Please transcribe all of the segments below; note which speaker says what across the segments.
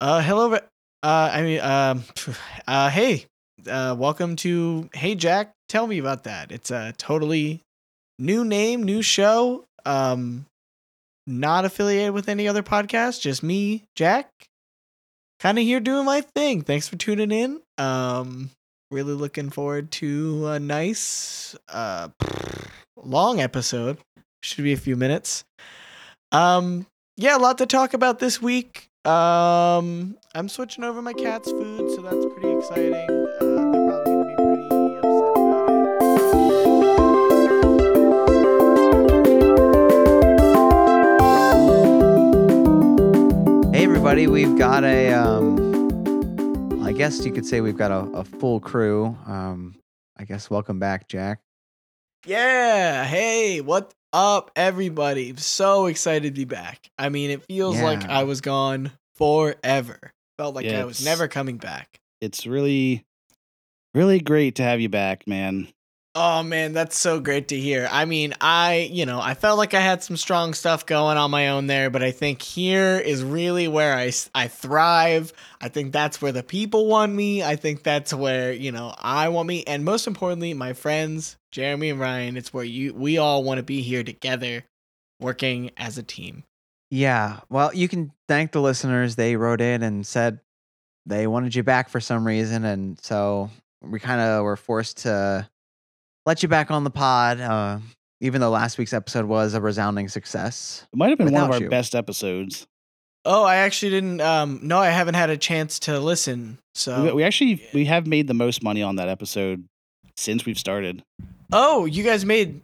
Speaker 1: Uh, hello. re- Uh, I mean, um, uh, hey, uh, welcome to Hey Jack. Tell me about that. It's a totally new name, new show. Um, not affiliated with any other podcast. Just me, Jack. Kind of here doing my thing. Thanks for tuning in. Um, really looking forward to a nice, uh, long episode. Should be a few minutes. Um, yeah, a lot to talk about this week. Um, I'm switching over my cat's food, so that's pretty exciting. Uh, they're probably gonna be pretty upset about it.
Speaker 2: Hey, everybody, we've got a, um, I guess you could say we've got a, a full crew. Um, I guess welcome back, Jack.
Speaker 1: Yeah. Hey, what up, everybody? So excited to be back. I mean, it feels like
Speaker 2: Yeah.
Speaker 1: I was gone forever. Felt like I was
Speaker 3: Yes.
Speaker 1: never coming back.
Speaker 3: It's really, really great to have you back, man.
Speaker 1: Oh man, that's so great to hear. I mean, I, you know, I felt like I had some strong stuff going on my own there, but I think here is really where I s- I thrive. I think that's where the people want me. I think that's where, you know, I want me and most importantly, my friends, Jeremy and Ryan, it's where you we all want to be here together working as a team.
Speaker 2: Yeah. Well, you can thank the listeners. They wrote in and said they wanted you back for some reason. And so we kind of were forced to let you back on the pod, uh, even though last week's episode was a resounding success.
Speaker 3: It might have been one of
Speaker 2: Without
Speaker 3: our
Speaker 2: you.
Speaker 3: best episodes.
Speaker 1: Oh, I actually didn't um no, I haven't had a chance to listen.
Speaker 3: we,
Speaker 1: So
Speaker 3: we actually we have made the most money on that episode since we've started.
Speaker 1: Oh, you guys made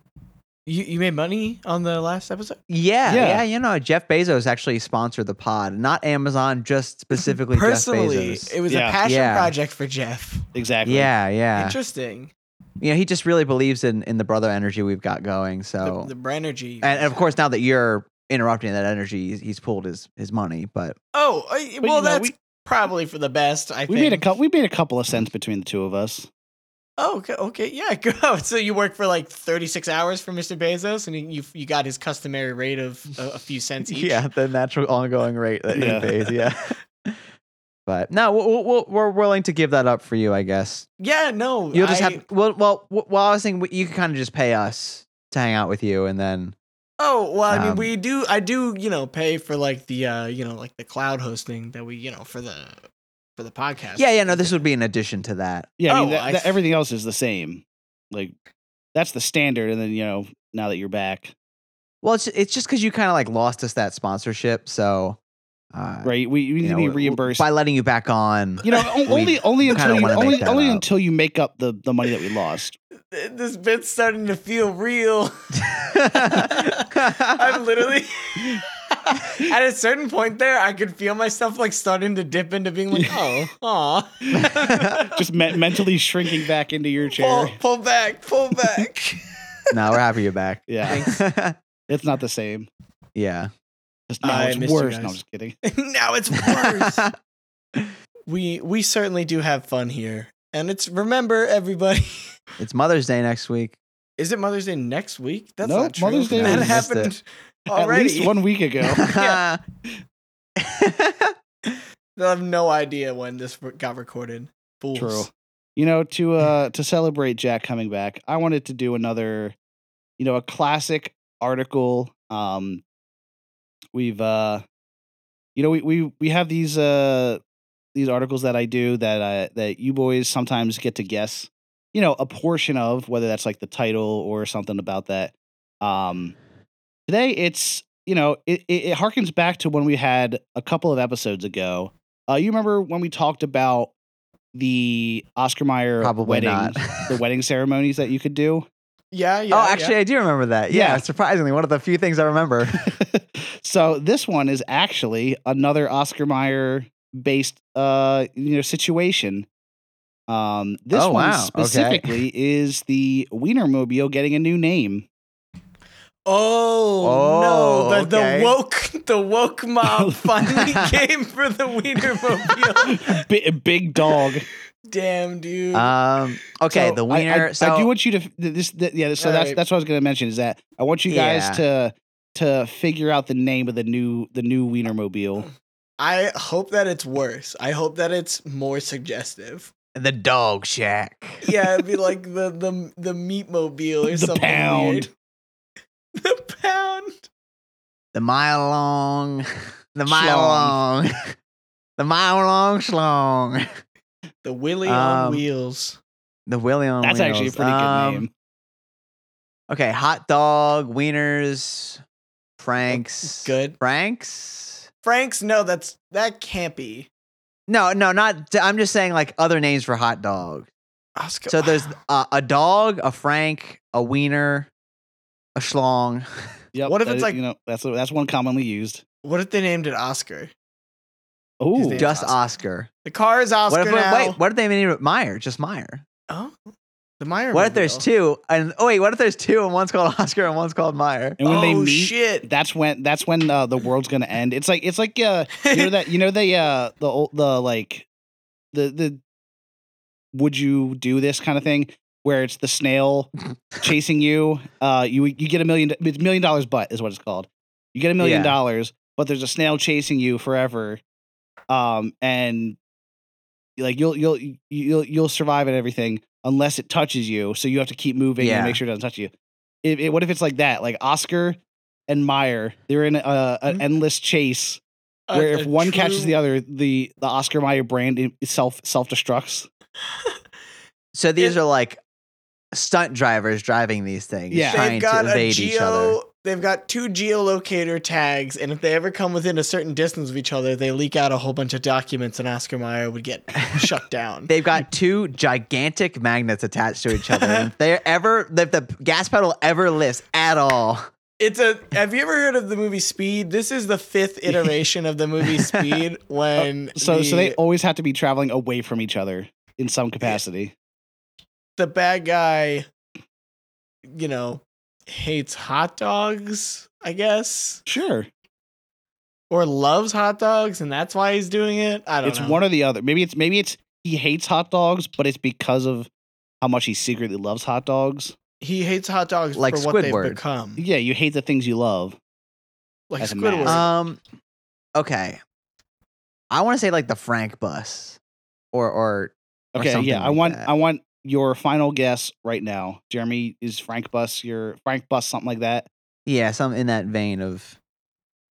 Speaker 1: you, you made money on the last episode?
Speaker 2: Yeah, yeah.
Speaker 3: Yeah.
Speaker 2: You know, Jeff Bezos actually sponsored the pod, not Amazon, just specifically
Speaker 1: personally
Speaker 2: Jeff Bezos.
Speaker 1: it was
Speaker 3: Yeah.
Speaker 1: a passion
Speaker 2: Yeah.
Speaker 1: project for jeff
Speaker 3: Exactly.
Speaker 2: yeah, yeah.
Speaker 1: interesting
Speaker 2: you know, he just really believes in in the brother energy we've got going. So,
Speaker 1: the, the Brenergy.
Speaker 2: Oh. and of course, now that you're interrupting that energy, he's, he's pulled his his money. But
Speaker 1: oh I,
Speaker 3: But,
Speaker 1: well
Speaker 3: you know,
Speaker 1: that's
Speaker 3: we-
Speaker 1: probably for the best i
Speaker 3: We
Speaker 1: think
Speaker 3: made a couple. We made a couple of cents between the two of us.
Speaker 1: oh okay, okay yeah go so you work for like 36 hours for mr bezos and you you got his customary rate of a, a few cents each
Speaker 2: yeah, the natural ongoing rate that
Speaker 3: Yeah.
Speaker 2: he pays. Yeah. But no, we'll, we'll, we're willing to give that up for you, I guess.
Speaker 1: yeah no
Speaker 2: You'll just
Speaker 1: I-
Speaker 2: have well, well, well. I was thinking you could kind of just pay us to hang out with you, and then
Speaker 1: Oh well, I mean,
Speaker 2: Um,
Speaker 1: we do. I do, you know, pay for like the, uh, you know, like the cloud hosting that we, you know, for the, for the podcast.
Speaker 2: yeah, yeah, no, this would be in addition to that.
Speaker 3: Yeah. I mean,
Speaker 1: Oh,
Speaker 3: that,
Speaker 1: I
Speaker 3: that-
Speaker 1: f-
Speaker 3: everything else is the same. Like that's the standard. And then you know now that you're back,
Speaker 2: Well, it's it's just because you kind of like lost us that sponsorship, so uh,
Speaker 3: right? We, we
Speaker 2: you
Speaker 3: need to
Speaker 2: know,
Speaker 3: be
Speaker 2: w- w-
Speaker 3: reimbursed.
Speaker 2: by letting you back on.
Speaker 3: you know, o- only only
Speaker 2: kinda
Speaker 3: until you,
Speaker 2: wanna make
Speaker 3: only,
Speaker 2: that
Speaker 3: only
Speaker 2: up.
Speaker 3: until you make up the the money that we lost.
Speaker 1: this bit's starting to feel real. I'm
Speaker 2: I'm
Speaker 1: literally at a certain point there, I could feel myself like starting to dip into being like, oh, aw.
Speaker 3: Just me- mentally shrinking back into your chair.
Speaker 1: pull, pull back, pull back.
Speaker 2: No, we're happy you're back.
Speaker 3: yeah, it's not the same.
Speaker 2: yeah.
Speaker 3: Just now
Speaker 1: I
Speaker 3: it's
Speaker 1: missed you
Speaker 3: worse. No, I'm
Speaker 1: guys.
Speaker 3: just kidding.
Speaker 1: now it's worse. we we certainly do have fun here. And it's remember everybody.
Speaker 2: it's Mother's Day next week.
Speaker 1: Is it Mother's Day next week? That's
Speaker 3: Nope,
Speaker 1: not true.
Speaker 3: Mother's Day
Speaker 1: that
Speaker 2: was- Missed
Speaker 1: happened
Speaker 3: At
Speaker 1: already.
Speaker 3: least one week ago.
Speaker 1: Yeah. I have no idea when this got recorded. Fools.
Speaker 3: True. You know, to uh to celebrate Jack coming back, I wanted to do another, you know, a classic article. Um we've uh you know, we we we have these uh these articles that I do that uh that you boys sometimes get to guess, you know, a portion of whether that's like the title or something about that. Um today it's you know, it, it, it harkens back to when we had a couple of episodes ago. Uh, you remember when we talked about the Oscar Mayer
Speaker 2: Probably
Speaker 3: wedding,
Speaker 2: not.
Speaker 3: the wedding ceremonies that you could do.
Speaker 1: Yeah, yeah.
Speaker 2: oh,
Speaker 1: yeah.
Speaker 2: actually, I do remember that. Yeah,
Speaker 3: Yeah.
Speaker 2: surprisingly, one of the few things I remember.
Speaker 3: so this one is actually another Oscar Mayer based, uh, you know, situation. Um, this
Speaker 2: Oh,
Speaker 3: one
Speaker 2: wow. Okay.
Speaker 3: specifically is the Wienermobile getting a new name.
Speaker 1: Oh,
Speaker 2: Oh,
Speaker 1: no! The,
Speaker 2: okay.
Speaker 1: the woke the woke mob finally came for the Wienermobile.
Speaker 3: B- big dog.
Speaker 1: Damn, dude.
Speaker 2: Um, okay,
Speaker 3: So
Speaker 2: the
Speaker 3: I- I-
Speaker 2: wiener.
Speaker 3: I,
Speaker 2: so
Speaker 3: do want you to f- th- this. th- yeah. So
Speaker 1: All
Speaker 3: that's
Speaker 1: right.
Speaker 3: that's what I was gonna mention is that I want you guys
Speaker 2: Yeah.
Speaker 1: Oh,
Speaker 3: to to figure out the name of the new the new Wienermobile.
Speaker 1: I hope that it's worse. I hope that it's more suggestive.
Speaker 2: The dog shack.
Speaker 1: Yeah, it'd be like the the the meat mobile or
Speaker 3: The
Speaker 1: something.
Speaker 3: pound.
Speaker 1: weird. The pound.
Speaker 2: The mile long. The mile long. The mile long schlong.
Speaker 1: The Willy on
Speaker 2: Um,
Speaker 1: wheels.
Speaker 2: The Willy on
Speaker 3: That's actually a
Speaker 2: wheels.
Speaker 3: pretty
Speaker 2: Um,
Speaker 3: good name.
Speaker 2: Okay, hot dog, wieners, Franks.
Speaker 1: Good.
Speaker 2: Franks?
Speaker 1: Franks, no, that's that can't be.
Speaker 2: No, no, not. I'm just saying like other names for hot dog.
Speaker 1: Oscar.
Speaker 2: So there's a, a dog, a Frank, a wiener, a schlong.
Speaker 3: Yep,
Speaker 1: what if
Speaker 3: that
Speaker 1: it's
Speaker 3: is-
Speaker 1: like-
Speaker 3: you know that's that's one commonly used.
Speaker 1: what if they named it Oscar?
Speaker 3: Oh,
Speaker 1: name-
Speaker 2: just
Speaker 1: Oscar.
Speaker 2: Oscar.
Speaker 1: The car is Oscar
Speaker 2: what if,
Speaker 1: now.
Speaker 2: Wait, what if they name it Meyer? Just Meyer.
Speaker 1: Oh, the Meyer.
Speaker 2: What if there's
Speaker 1: mobile.
Speaker 2: two? And oh wait, what if there's two and one's called Oscar and one's called Meyer?
Speaker 3: and when
Speaker 1: oh
Speaker 3: they meet,
Speaker 1: shit!
Speaker 3: that's when that's when uh, the world's gonna end. It's like it's like uh, you know that you know they uh the old the like the the would you do this kind of thing where it's the snail chasing you uh you you get a million it's million dollars butt is what it's called you get a million
Speaker 2: Yeah.
Speaker 3: dollars but there's a snail chasing you forever um and like you'll you'll you'll you'll survive at everything unless it touches you so you have to keep moving
Speaker 2: Yeah.
Speaker 3: and make sure it doesn't touch you it, it, what if it's like that like oscar and meyer they're in a, an
Speaker 2: Mm-hmm.
Speaker 1: Mhm.
Speaker 3: endless chase
Speaker 1: A-
Speaker 3: where if
Speaker 1: a
Speaker 3: one catches
Speaker 1: true-
Speaker 3: the other, the the Oscar Mayer brand i- itself self destructs.
Speaker 2: So these
Speaker 1: It-
Speaker 2: are like stunt drivers driving these things,
Speaker 3: Yeah.
Speaker 2: trying
Speaker 1: they've got
Speaker 2: to
Speaker 1: a
Speaker 2: evade each other.
Speaker 1: geo. They've got two geolocator tags, and if they ever come within a certain distance of each other, they leak out a whole bunch of documents, and Oscar Mayer would get shut down.
Speaker 2: They've got two gigantic magnets attached to each other. And if they ever, if the gas pedal ever lifts at all,
Speaker 1: It's a. Have you ever heard of the movie Speed? This is the fifth iteration of the movie Speed.
Speaker 2: Uh,
Speaker 1: When
Speaker 3: So
Speaker 1: the,
Speaker 3: so they always have to be traveling away from each other in some capacity.
Speaker 1: the bad guy, you know, hates hot dogs, I guess,
Speaker 3: Sure,
Speaker 1: or loves hot dogs, and that's why he's doing it. I don't
Speaker 3: it's
Speaker 1: know.
Speaker 3: one or the other. Maybe it's maybe it's he hates hot dogs, but it's because of how much he secretly loves hot dogs.
Speaker 1: he hates hot dogs
Speaker 2: Like
Speaker 1: for what
Speaker 2: Squidward.
Speaker 1: they've
Speaker 2: Mm.
Speaker 1: become,
Speaker 3: Yeah, you hate the things you love.
Speaker 1: like
Speaker 3: As a
Speaker 1: Squidward.
Speaker 3: mask.
Speaker 2: um, okay. I want to say like the Frank bus, or or Or
Speaker 3: Okay,
Speaker 2: something
Speaker 3: yeah, I
Speaker 2: like
Speaker 3: want
Speaker 2: that.
Speaker 3: I want your final guess right now, Jeremy. Is Frank Bus your Frank Bus something like that?
Speaker 2: yeah, some in that vein of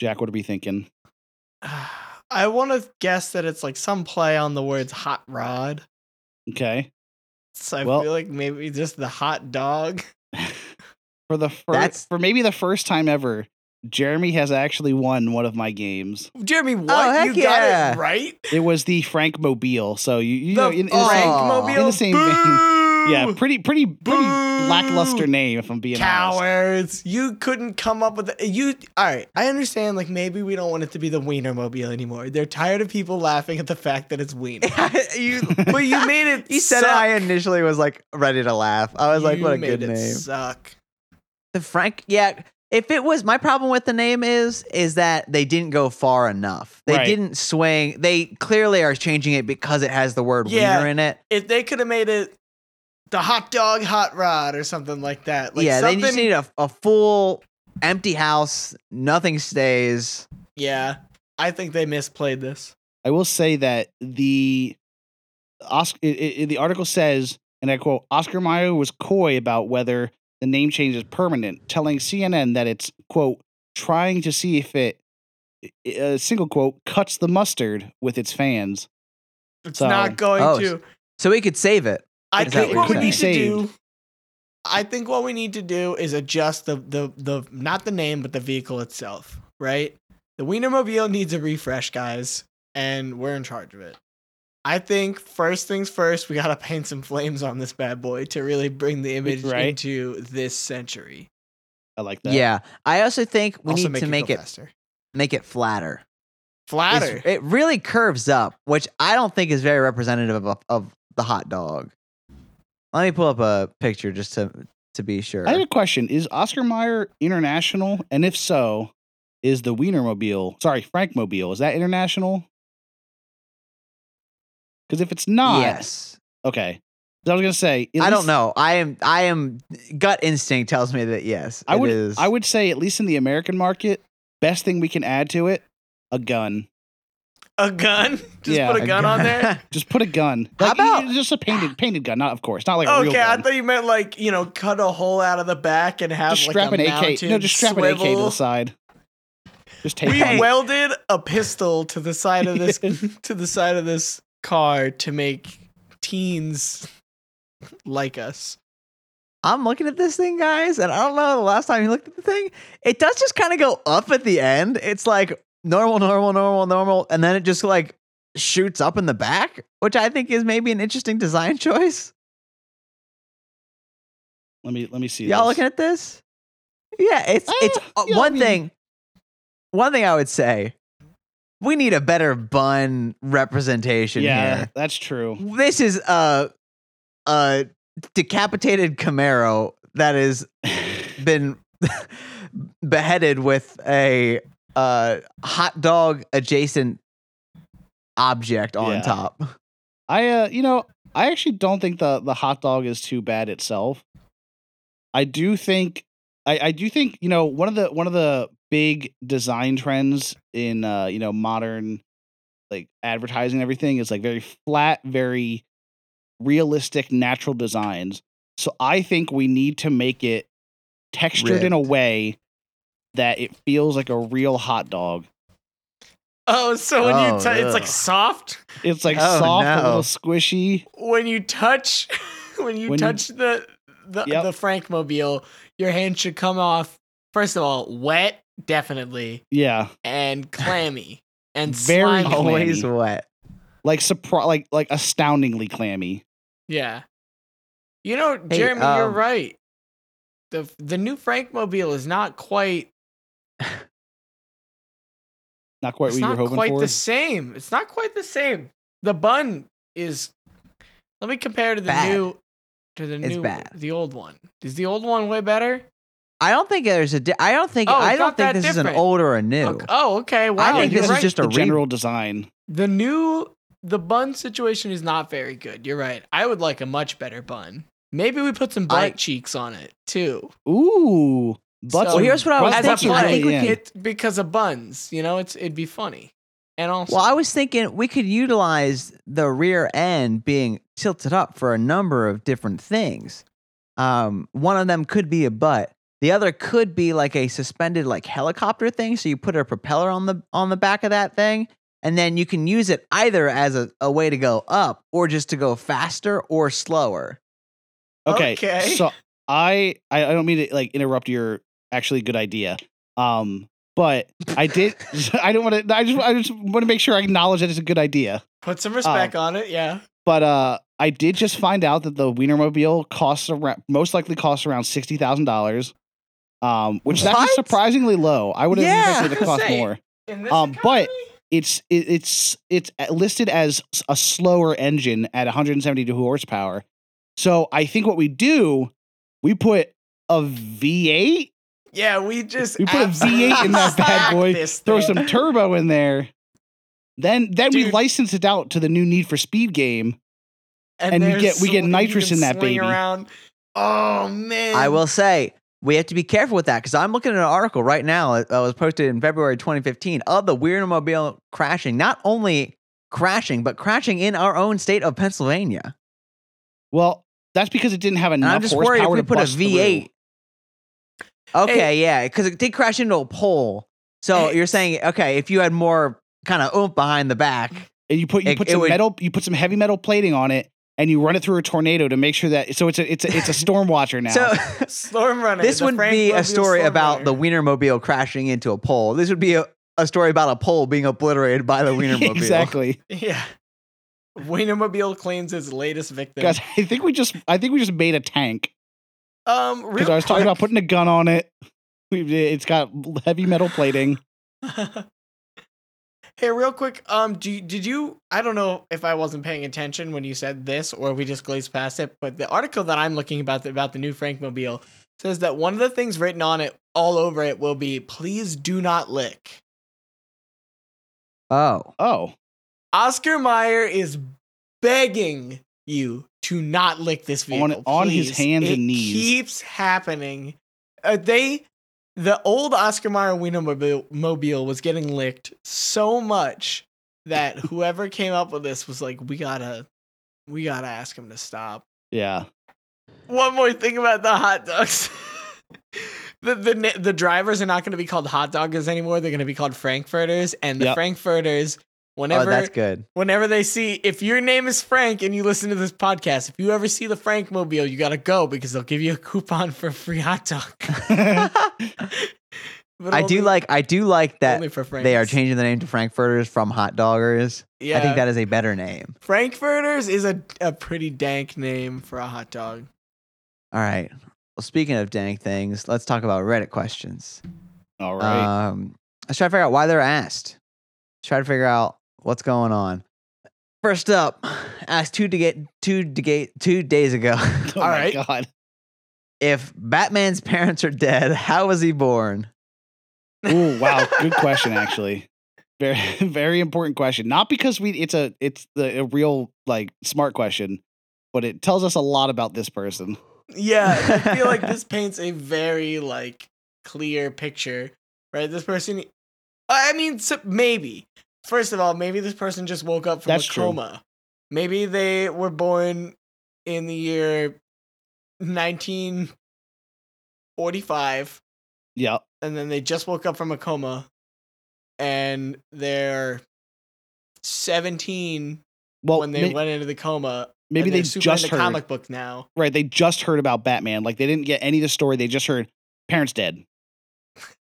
Speaker 3: Jack, what are we thinking? Um,
Speaker 1: I want to guess that it's like some play on the words hot rod.
Speaker 3: Okay,
Speaker 1: So I
Speaker 3: Well-
Speaker 1: feel like maybe just the hot dog.
Speaker 3: for the first
Speaker 2: That's-
Speaker 3: for maybe the first time ever, Jeremy has actually won one of my games.
Speaker 1: Jeremy, what
Speaker 2: heck
Speaker 1: you got
Speaker 2: yeah.
Speaker 1: it right?
Speaker 3: It was the Frank Mobile. So you, you know,
Speaker 1: the
Speaker 3: in, in the same,
Speaker 1: Frank
Speaker 2: same-
Speaker 1: Mobile.
Speaker 3: in the same
Speaker 1: Boo!
Speaker 3: yeah, pretty pretty pretty
Speaker 1: Boo!
Speaker 3: lackluster name if I'm being honest.
Speaker 1: Cowards! You couldn't come up with the, you. All right, I understand. Like maybe we don't want it to be the Wiener Mobile anymore. They're tired of people laughing at the fact that it's Wiener.
Speaker 2: you.
Speaker 1: but you made it.
Speaker 2: You said it.
Speaker 1: suck.
Speaker 2: I initially was like ready to laugh. I was like,
Speaker 1: You
Speaker 2: what a
Speaker 1: made
Speaker 2: good
Speaker 1: it
Speaker 2: name.
Speaker 1: Suck.
Speaker 2: The Frank, yeah. If it was my problem with the name is is that they didn't go far enough. They
Speaker 3: Right.
Speaker 2: didn't swing. They clearly are changing it because it has the word
Speaker 1: Yeah.
Speaker 2: wiener in it.
Speaker 1: If they could have made it the hot dog, hot rod, or something like that. Like
Speaker 2: yeah,
Speaker 1: something,
Speaker 2: they just need a, a full empty house. Nothing stays.
Speaker 1: Yeah, I think they misplayed this.
Speaker 3: I will say that the Oscar i i the article says, and I quote: Oscar Mayer was coy about whether the name change is permanent, telling CNN that it's quote trying to see if it i- a single quote cuts the mustard with its fans.
Speaker 1: It's
Speaker 3: So-
Speaker 1: not going
Speaker 2: Oh,
Speaker 1: to.
Speaker 2: So we could save it.
Speaker 1: I
Speaker 2: Is that
Speaker 1: think what
Speaker 2: what
Speaker 1: we
Speaker 2: you're
Speaker 1: need to
Speaker 3: saying?
Speaker 1: do. I think what we need to do is adjust the the the not the name but the vehicle itself, right? The Wienermobile needs a refresh, guys, and we're in charge of it. I think first things first, we gotta paint some flames on this bad boy to really bring the image
Speaker 3: Right.
Speaker 1: into this century.
Speaker 3: I like that.
Speaker 2: Yeah. I also think we
Speaker 1: also
Speaker 2: need to make
Speaker 1: go
Speaker 2: it
Speaker 1: faster,
Speaker 2: make it flatter. It's-
Speaker 1: flatter.
Speaker 2: It really curves up, which I don't think is very representative of, of the hot dog. Let me pull up a picture just to to be sure.
Speaker 3: I have a question. Is Oscar Mayer international? And if so, is the Wienermobile, sorry, Frankmobile, is that international? Because if it's not,
Speaker 2: Yes.
Speaker 3: okay. 'Cause I was gonna say, at
Speaker 2: I
Speaker 3: least-
Speaker 2: don't know. I am. I am. Gut instinct tells me that yes.
Speaker 3: I
Speaker 2: it
Speaker 3: would,
Speaker 2: is.
Speaker 3: I would say, at least in the American market, best thing we can add to it, a gun.
Speaker 1: A gun? Just
Speaker 3: Yeah,
Speaker 1: put a,
Speaker 2: a
Speaker 1: gun, on
Speaker 2: gun.
Speaker 1: there?
Speaker 3: Just put a gun.
Speaker 2: How
Speaker 3: Like, you-
Speaker 2: about-
Speaker 3: you- just a painted painted gun? Not of course, not like a real
Speaker 1: okay, I
Speaker 3: gun.
Speaker 1: thought you meant like, you know, cut a hole out of the back and have
Speaker 3: just
Speaker 1: like
Speaker 3: strap
Speaker 1: a
Speaker 3: an AK.
Speaker 1: mounted
Speaker 3: No, just strap
Speaker 1: swivel.
Speaker 3: an AK to the side. Just take
Speaker 1: We
Speaker 3: one.
Speaker 1: welded a pistol to the side of this to the side of this car to make teens like us.
Speaker 2: I'm looking at this thing, guys, and I don't know the last time you looked at the thing. It does just kind of go up at the end. It's like normal, normal, normal, normal, and then it just like shoots up in the back, which I think is maybe an interesting design choice.
Speaker 3: Let me let me see.
Speaker 2: Y'all
Speaker 3: this.
Speaker 2: looking at this? Yeah, it's it's
Speaker 3: Ah,
Speaker 2: uh,
Speaker 3: yeah, I
Speaker 2: one
Speaker 3: mean-
Speaker 2: thing. One thing I would say, we need a better bun representation
Speaker 3: Yeah,
Speaker 2: here.
Speaker 3: that's true.
Speaker 2: This is a a decapitated Camaro that is been beheaded with a uh, hot dog adjacent object on
Speaker 3: Yeah.
Speaker 2: top.
Speaker 3: I uh, you know, I actually don't think the the hot dog is too bad itself. I do think I, I do think, you know, one of the one of the big design trends in uh, you know, modern like advertising and everything is like very flat, very realistic natural designs. So I think we need to make it textured in a
Speaker 2: Ripped.
Speaker 3: way that it feels like a real hot dog.
Speaker 1: Oh, so when
Speaker 2: Oh,
Speaker 1: you t- it's
Speaker 2: ugh.
Speaker 1: like soft
Speaker 3: It's like
Speaker 2: Oh,
Speaker 3: soft, a
Speaker 2: no.
Speaker 3: little squishy.
Speaker 1: when you touch when you
Speaker 3: When you-
Speaker 1: touch the the,
Speaker 3: Yep.
Speaker 1: the Frankmobile, your hand should come off. First of all, wet definitely,
Speaker 3: Yeah.
Speaker 1: and clammy and
Speaker 3: Very
Speaker 1: very
Speaker 3: clammy.
Speaker 1: slimy.
Speaker 2: Always wet.
Speaker 3: like surprise, like like astoundingly clammy.
Speaker 1: Yeah, you know,
Speaker 2: Hey,
Speaker 1: Jeremy, you're
Speaker 2: um,
Speaker 1: right. the The new Frankmobile is not quite
Speaker 3: Not quite
Speaker 1: it's
Speaker 3: what you were
Speaker 1: not
Speaker 3: hoping
Speaker 1: quite
Speaker 3: for.
Speaker 1: the same. It's not quite the same. The bun is. Let me compare to the
Speaker 2: Bad.
Speaker 1: new, to the
Speaker 2: It's
Speaker 1: new,
Speaker 2: bad.
Speaker 1: the old one. Is the old one way better?
Speaker 2: I don't think there's a. Di- I don't think.
Speaker 1: Oh, it's
Speaker 2: I don't
Speaker 1: not that
Speaker 2: think this is an
Speaker 1: different.
Speaker 2: old or a new.
Speaker 1: Okay- Oh, okay. Wow,
Speaker 2: I think
Speaker 1: you're
Speaker 2: this
Speaker 1: right.
Speaker 2: is just a
Speaker 3: the
Speaker 2: re-
Speaker 3: general design.
Speaker 1: the new. The bun situation is not very good. You're right. I would like a much better bun. Maybe we put some butt
Speaker 2: I-
Speaker 1: cheeks on it too.
Speaker 3: Ooh, but
Speaker 1: So- Well,
Speaker 2: here's what I was
Speaker 1: As
Speaker 2: thinking,
Speaker 1: a
Speaker 2: I
Speaker 1: play,
Speaker 2: think we
Speaker 1: it- because of buns. You know, it's it'd be funny. And also,
Speaker 2: Well, I was thinking we could utilize the rear end being tilted up for a number of different things. Um, one of them could be a butt. The other could be like a suspended like helicopter thing. So you put a propeller on the on the back of that thing, and then you can use it either as a, a way to go up or just to go faster or slower.
Speaker 3: okay.
Speaker 1: okay.
Speaker 3: So I I I don't mean to like interrupt your actually good idea. Um, but I did. I don't want to. I just I just want to make sure I acknowledge that it's a good idea.
Speaker 1: put some
Speaker 3: Oh.
Speaker 1: respect on it. Yeah.
Speaker 3: But uh, I did just find out that the Wienermobile costs around most likely costs around sixty thousand dollars. Um, which is actually
Speaker 2: What?
Speaker 3: surprisingly low. I would have
Speaker 2: Yeah,
Speaker 3: expected it to
Speaker 1: I was
Speaker 3: cost
Speaker 1: gonna say.
Speaker 3: more.
Speaker 1: In this
Speaker 3: Um, but-
Speaker 1: economy?
Speaker 3: it's it, it's it's listed as a slower engine at 172 horsepower. So I think what we do, we put a V8,
Speaker 1: Yeah, we just
Speaker 3: We put a V8 in that bad boy, throw some turbo in there. Then then we
Speaker 1: Dude.
Speaker 3: license it out to the new Need for Speed game. and we
Speaker 1: there's
Speaker 3: get- we get
Speaker 1: sw- you
Speaker 3: nitrous
Speaker 1: can
Speaker 3: in that
Speaker 1: swing
Speaker 3: baby.
Speaker 1: Around. Oh man!
Speaker 2: I will say we have to be careful with that because I'm looking at an article right now that was posted in February 2015 of the Wienermobile crashing, not only crashing, but crashing in our own state of Pennsylvania.
Speaker 3: Well, that's because it didn't have
Speaker 2: And
Speaker 3: enough
Speaker 2: I'm just
Speaker 3: horsepower
Speaker 2: worried if we
Speaker 3: to
Speaker 2: put a
Speaker 3: bust through.
Speaker 2: V8. Okay, yeah, because it did crash into a pole. So
Speaker 1: Hey.
Speaker 2: you're saying, okay, if you had more kind of oomph behind the back,
Speaker 3: And you put you
Speaker 2: It-
Speaker 3: put
Speaker 2: it
Speaker 3: some
Speaker 2: would-
Speaker 3: metal you put some heavy metal plating on it and you run it through a tornado to make sure that so it's a it's a it's a storm watcher now.
Speaker 2: so.
Speaker 1: Storm runner.
Speaker 2: This
Speaker 1: the
Speaker 2: wouldn't
Speaker 1: Frank
Speaker 2: be a
Speaker 1: Mobile
Speaker 2: story
Speaker 1: Storm
Speaker 2: about the
Speaker 1: Runner.
Speaker 2: Wienermobile crashing into a pole. This would be a, a story about a pole being obliterated by the Wienermobile.
Speaker 3: exactly.
Speaker 1: yeah. Wienermobile claims its latest victim.
Speaker 3: Guys, I think we just I think we just made a tank
Speaker 1: um,
Speaker 3: because I was talking about putting a gun on it. We, it's got heavy metal plating.
Speaker 1: about. hey, real quick. Um, do you, did you? I don't know if I wasn't paying attention when you said this, or we just glazed past it. But the article that I'm looking about about the new Frankmobile says that one of the things written on it, all over it, will be "Please do not lick."
Speaker 2: Oh.
Speaker 3: Oh,
Speaker 1: Oscar Meyer is begging you to not lick this
Speaker 3: On-
Speaker 1: vehicle
Speaker 3: on his
Speaker 1: please.
Speaker 3: hands
Speaker 1: It
Speaker 3: and knees.
Speaker 1: Keeps happening. Uh, they the old Oscar Mayer Wienermobile mobile was getting licked so much that whoever came up with this was like, we gotta, we gotta ask him to stop.
Speaker 3: Yeah.
Speaker 1: One more thing about the hot dogs. The, the na- the drivers are not going to be called hot doggers anymore. They're going to be called frankfurters, and the
Speaker 3: Yep.
Speaker 1: frankfurters,
Speaker 2: Oh,
Speaker 1: whenever
Speaker 2: that's good.
Speaker 1: whenever they see if your name is Frank and you listen to this podcast, if you ever see the Frank mobile, you gotta go because they'll give you a coupon for a free hot dog. Uh, But
Speaker 2: I do
Speaker 1: only-
Speaker 2: like I do like that
Speaker 1: only for Franks.
Speaker 2: they are changing the name to Frankfurters from Hot Doggers.
Speaker 1: Yeah,
Speaker 2: I think that is a better name.
Speaker 1: Frankfurters is a, a pretty dank name for a hot dog.
Speaker 2: All right. Well, speaking of dank things, let's talk about Reddit questions.
Speaker 3: All right.
Speaker 2: Um, let's try to figure out why they're asked. Let's try to figure out what's going on. First up, asked two to get two to get two days ago
Speaker 3: oh
Speaker 1: all
Speaker 3: my
Speaker 1: right.
Speaker 3: God.
Speaker 2: if Batman's parents are dead. How was he born?
Speaker 3: Ooh, wow. Good question, actually. Very, very important question. Not because we it's a it's the a real like smart question, but it tells us a lot about this person.
Speaker 1: Yeah, I feel like this paints a very like clear picture, right? This person, I mean, so maybe. First of all, maybe this person just woke up from
Speaker 3: That's
Speaker 1: a
Speaker 3: true.
Speaker 1: coma. Maybe they were born in the year 1945,
Speaker 3: Yeah.
Speaker 1: and then they just woke up from a coma, and they're 17
Speaker 3: Well,
Speaker 1: when they
Speaker 3: may-
Speaker 1: went into the coma.
Speaker 3: maybe
Speaker 1: and they're
Speaker 3: they
Speaker 1: super
Speaker 3: just
Speaker 1: into
Speaker 3: heard
Speaker 1: comic book now.
Speaker 3: right. They just heard about Batman. Like they didn't get any of the story. They just heard parents dead.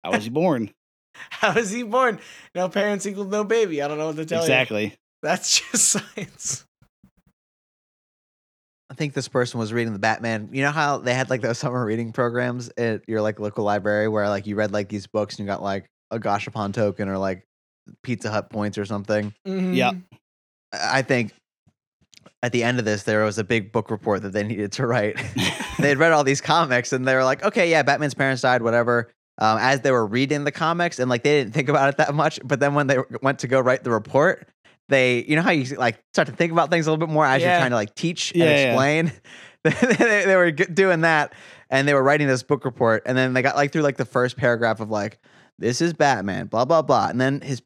Speaker 3: How was he born?
Speaker 1: How is he born? No parents equal no baby. I don't know what to tell you.
Speaker 3: exactly.
Speaker 1: That's just science.
Speaker 2: I think this person was reading the Batman. You know how they had like those summer reading programs at your like local library where like you read like these books and you got like a Gashapon token or like Pizza Hut points or something.
Speaker 1: Mm-hmm.
Speaker 3: Yeah.
Speaker 2: I I think at the end of this there was a big book report that they needed to write. they had read all these comics and they were like, okay, yeah, Batman's parents died, whatever. Um, as they were reading the comics and like they didn't think about it that much, but then when they went to go write the report, they, you know how you like start to think about things a little bit more as
Speaker 1: Yeah.
Speaker 2: you're trying to like teach
Speaker 3: Yeah,
Speaker 2: and
Speaker 3: yeah.
Speaker 2: explain. they, they- they were g- doing that and they were writing this book report and then they got like through like the first paragraph of like this is Batman, blah blah blah, and then his